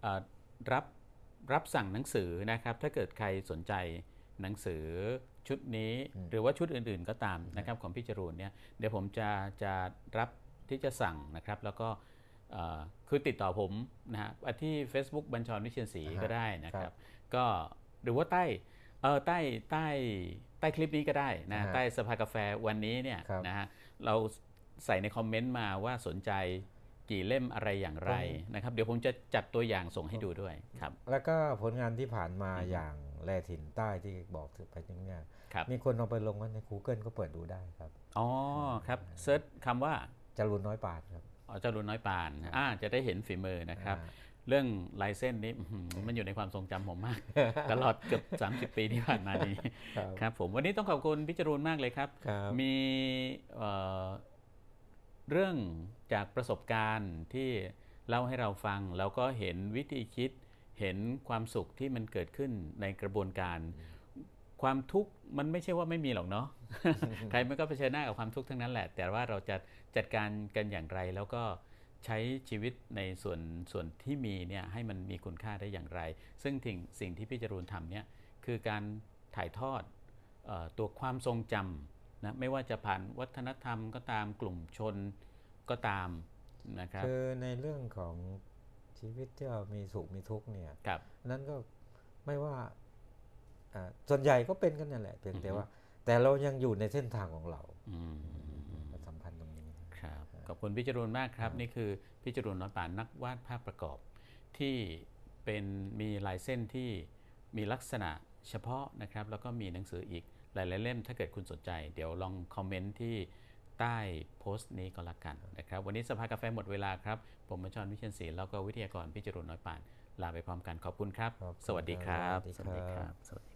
A: เอ่อรับรับสั่งหนังสือนะครับ ถ้าเกิดใครสนใจหนังสือชุดนี้
B: อืม
A: หรือว่าชุดอื่นๆก็ตามนะครับของพี่จรูนเนี่ยเดี๋ยวผมจะจะรับที่จะสั่งนะครับ แล้วก็เอ่อคือติดต่อผมนะฮะที่ Facebook บัญชรวิเชียนศรีก็ได้นะครับ ก็หรือว่าใต้เออใต้ใต้ใต้คลิปนี้ก็ได้นะ
B: อ่าฮะ
A: ใต้สภากาแฟวันนี้เนี่ย
B: ครับ
A: นะฮะเราใส่ในคอมเมนต์มาว่าสนใจกี่เล่มอะไรอย่างไรนะครับ เดี๋ยวผมจะจัดตัวอย่างส่งให้ดูด้วยครับ
B: แล้วก็ผลงานที่ผ่านมาอย่างแลถิ่นใต้ที่บอกถึงไปถึงเนี่ย
A: ครับ
B: มีคนเอาไปลงไว้ใน Google ก็เปิดดูได้ครับ
A: อ๋อครับเซิร์ชคำว่า
B: จรุนน้อยปาดครับ
A: อ๋อเจ้ารุนน้อยปานอ่าจะได้เห็นฝีมือนะครับ
B: อ่า
A: เรื่องลายเส้นนี้อื้อหือมันอยู่ในความทรงจำผมมาก ตลอดเกือบ 30 ปีที่ผ่านมานี้
B: ครับ
A: ครับผมวันนี้ต้องขอบคุณพิจรูนมากเลยครับ
B: ครับ
A: มีเอ่อเรื่องจากประสบการณ์ที่เล่าให้เราฟัง แล้วก็เห็นวิธีคิด เห็นความสุขที่มันเกิดขึ้นในกระบวนการ ความทุกข์มันไม่ใช่ว่าไม่มีหรอกเนาะ ใครมันก็เผชิญหน้ากับความทุกข์ทั้งนั้นแหละ แต่ว่าเราจะจัดการกันอย่างไร แล้วก็ใช้ชีวิตในส่วนส่วนที่มีเนี่ยให้มันมีคุณค่าได้อย่างไร ซึ่งสิ่งสิ่งที่พี่จรูนทำเนี่ยคือการถ่ายทอดเออตัวความทรงจำนะไม่ว่าจะผ่านวัฒนธรรมก็ตามกลุ่มชนก็ตามนะครับ
B: คือในเรื่องของชีวิตที่เรามีสุขมีทุกข์เนี่ย
A: กับ
B: นั้นก็ไม่ว่าอ่าส่วนใหญ่ก็เป็นกันนั่นแหละเพียงแต่
A: อือฮึ
B: ว่า แต่เรายังอยู่ในเส้นทางของเรา
A: อืม
B: สัมพันธ์ตรงนี้
A: ครับขอบคุณพี่จรูนมากครับ นี่คือพี่จรูนน้อยป่านนักวาดภาพประกอบ ที่เป็นมีลายเส้นที่มีลักษณะเฉพาะนะครับ แล้วก็มีหนังสืออีกหลายๆเล่ม ถ้าเกิดคุณสนใจ เดี๋ยวลองคอมเมนต์ที่ใต้โพสต์นี้ก็แล้วกันนะครับ วันนี้สภากาแฟหมดเวลาครับ ผมบัญชรวิเชียนศรีแล้วก็วิทยากรพี่จรูนน้อยป่าน ลาไปพร้อมกันขอบคุณครับ
B: ขอบคุณ
A: สวัสดีครับ
B: ครับสวัสดีครับ
A: สวัสดีครับ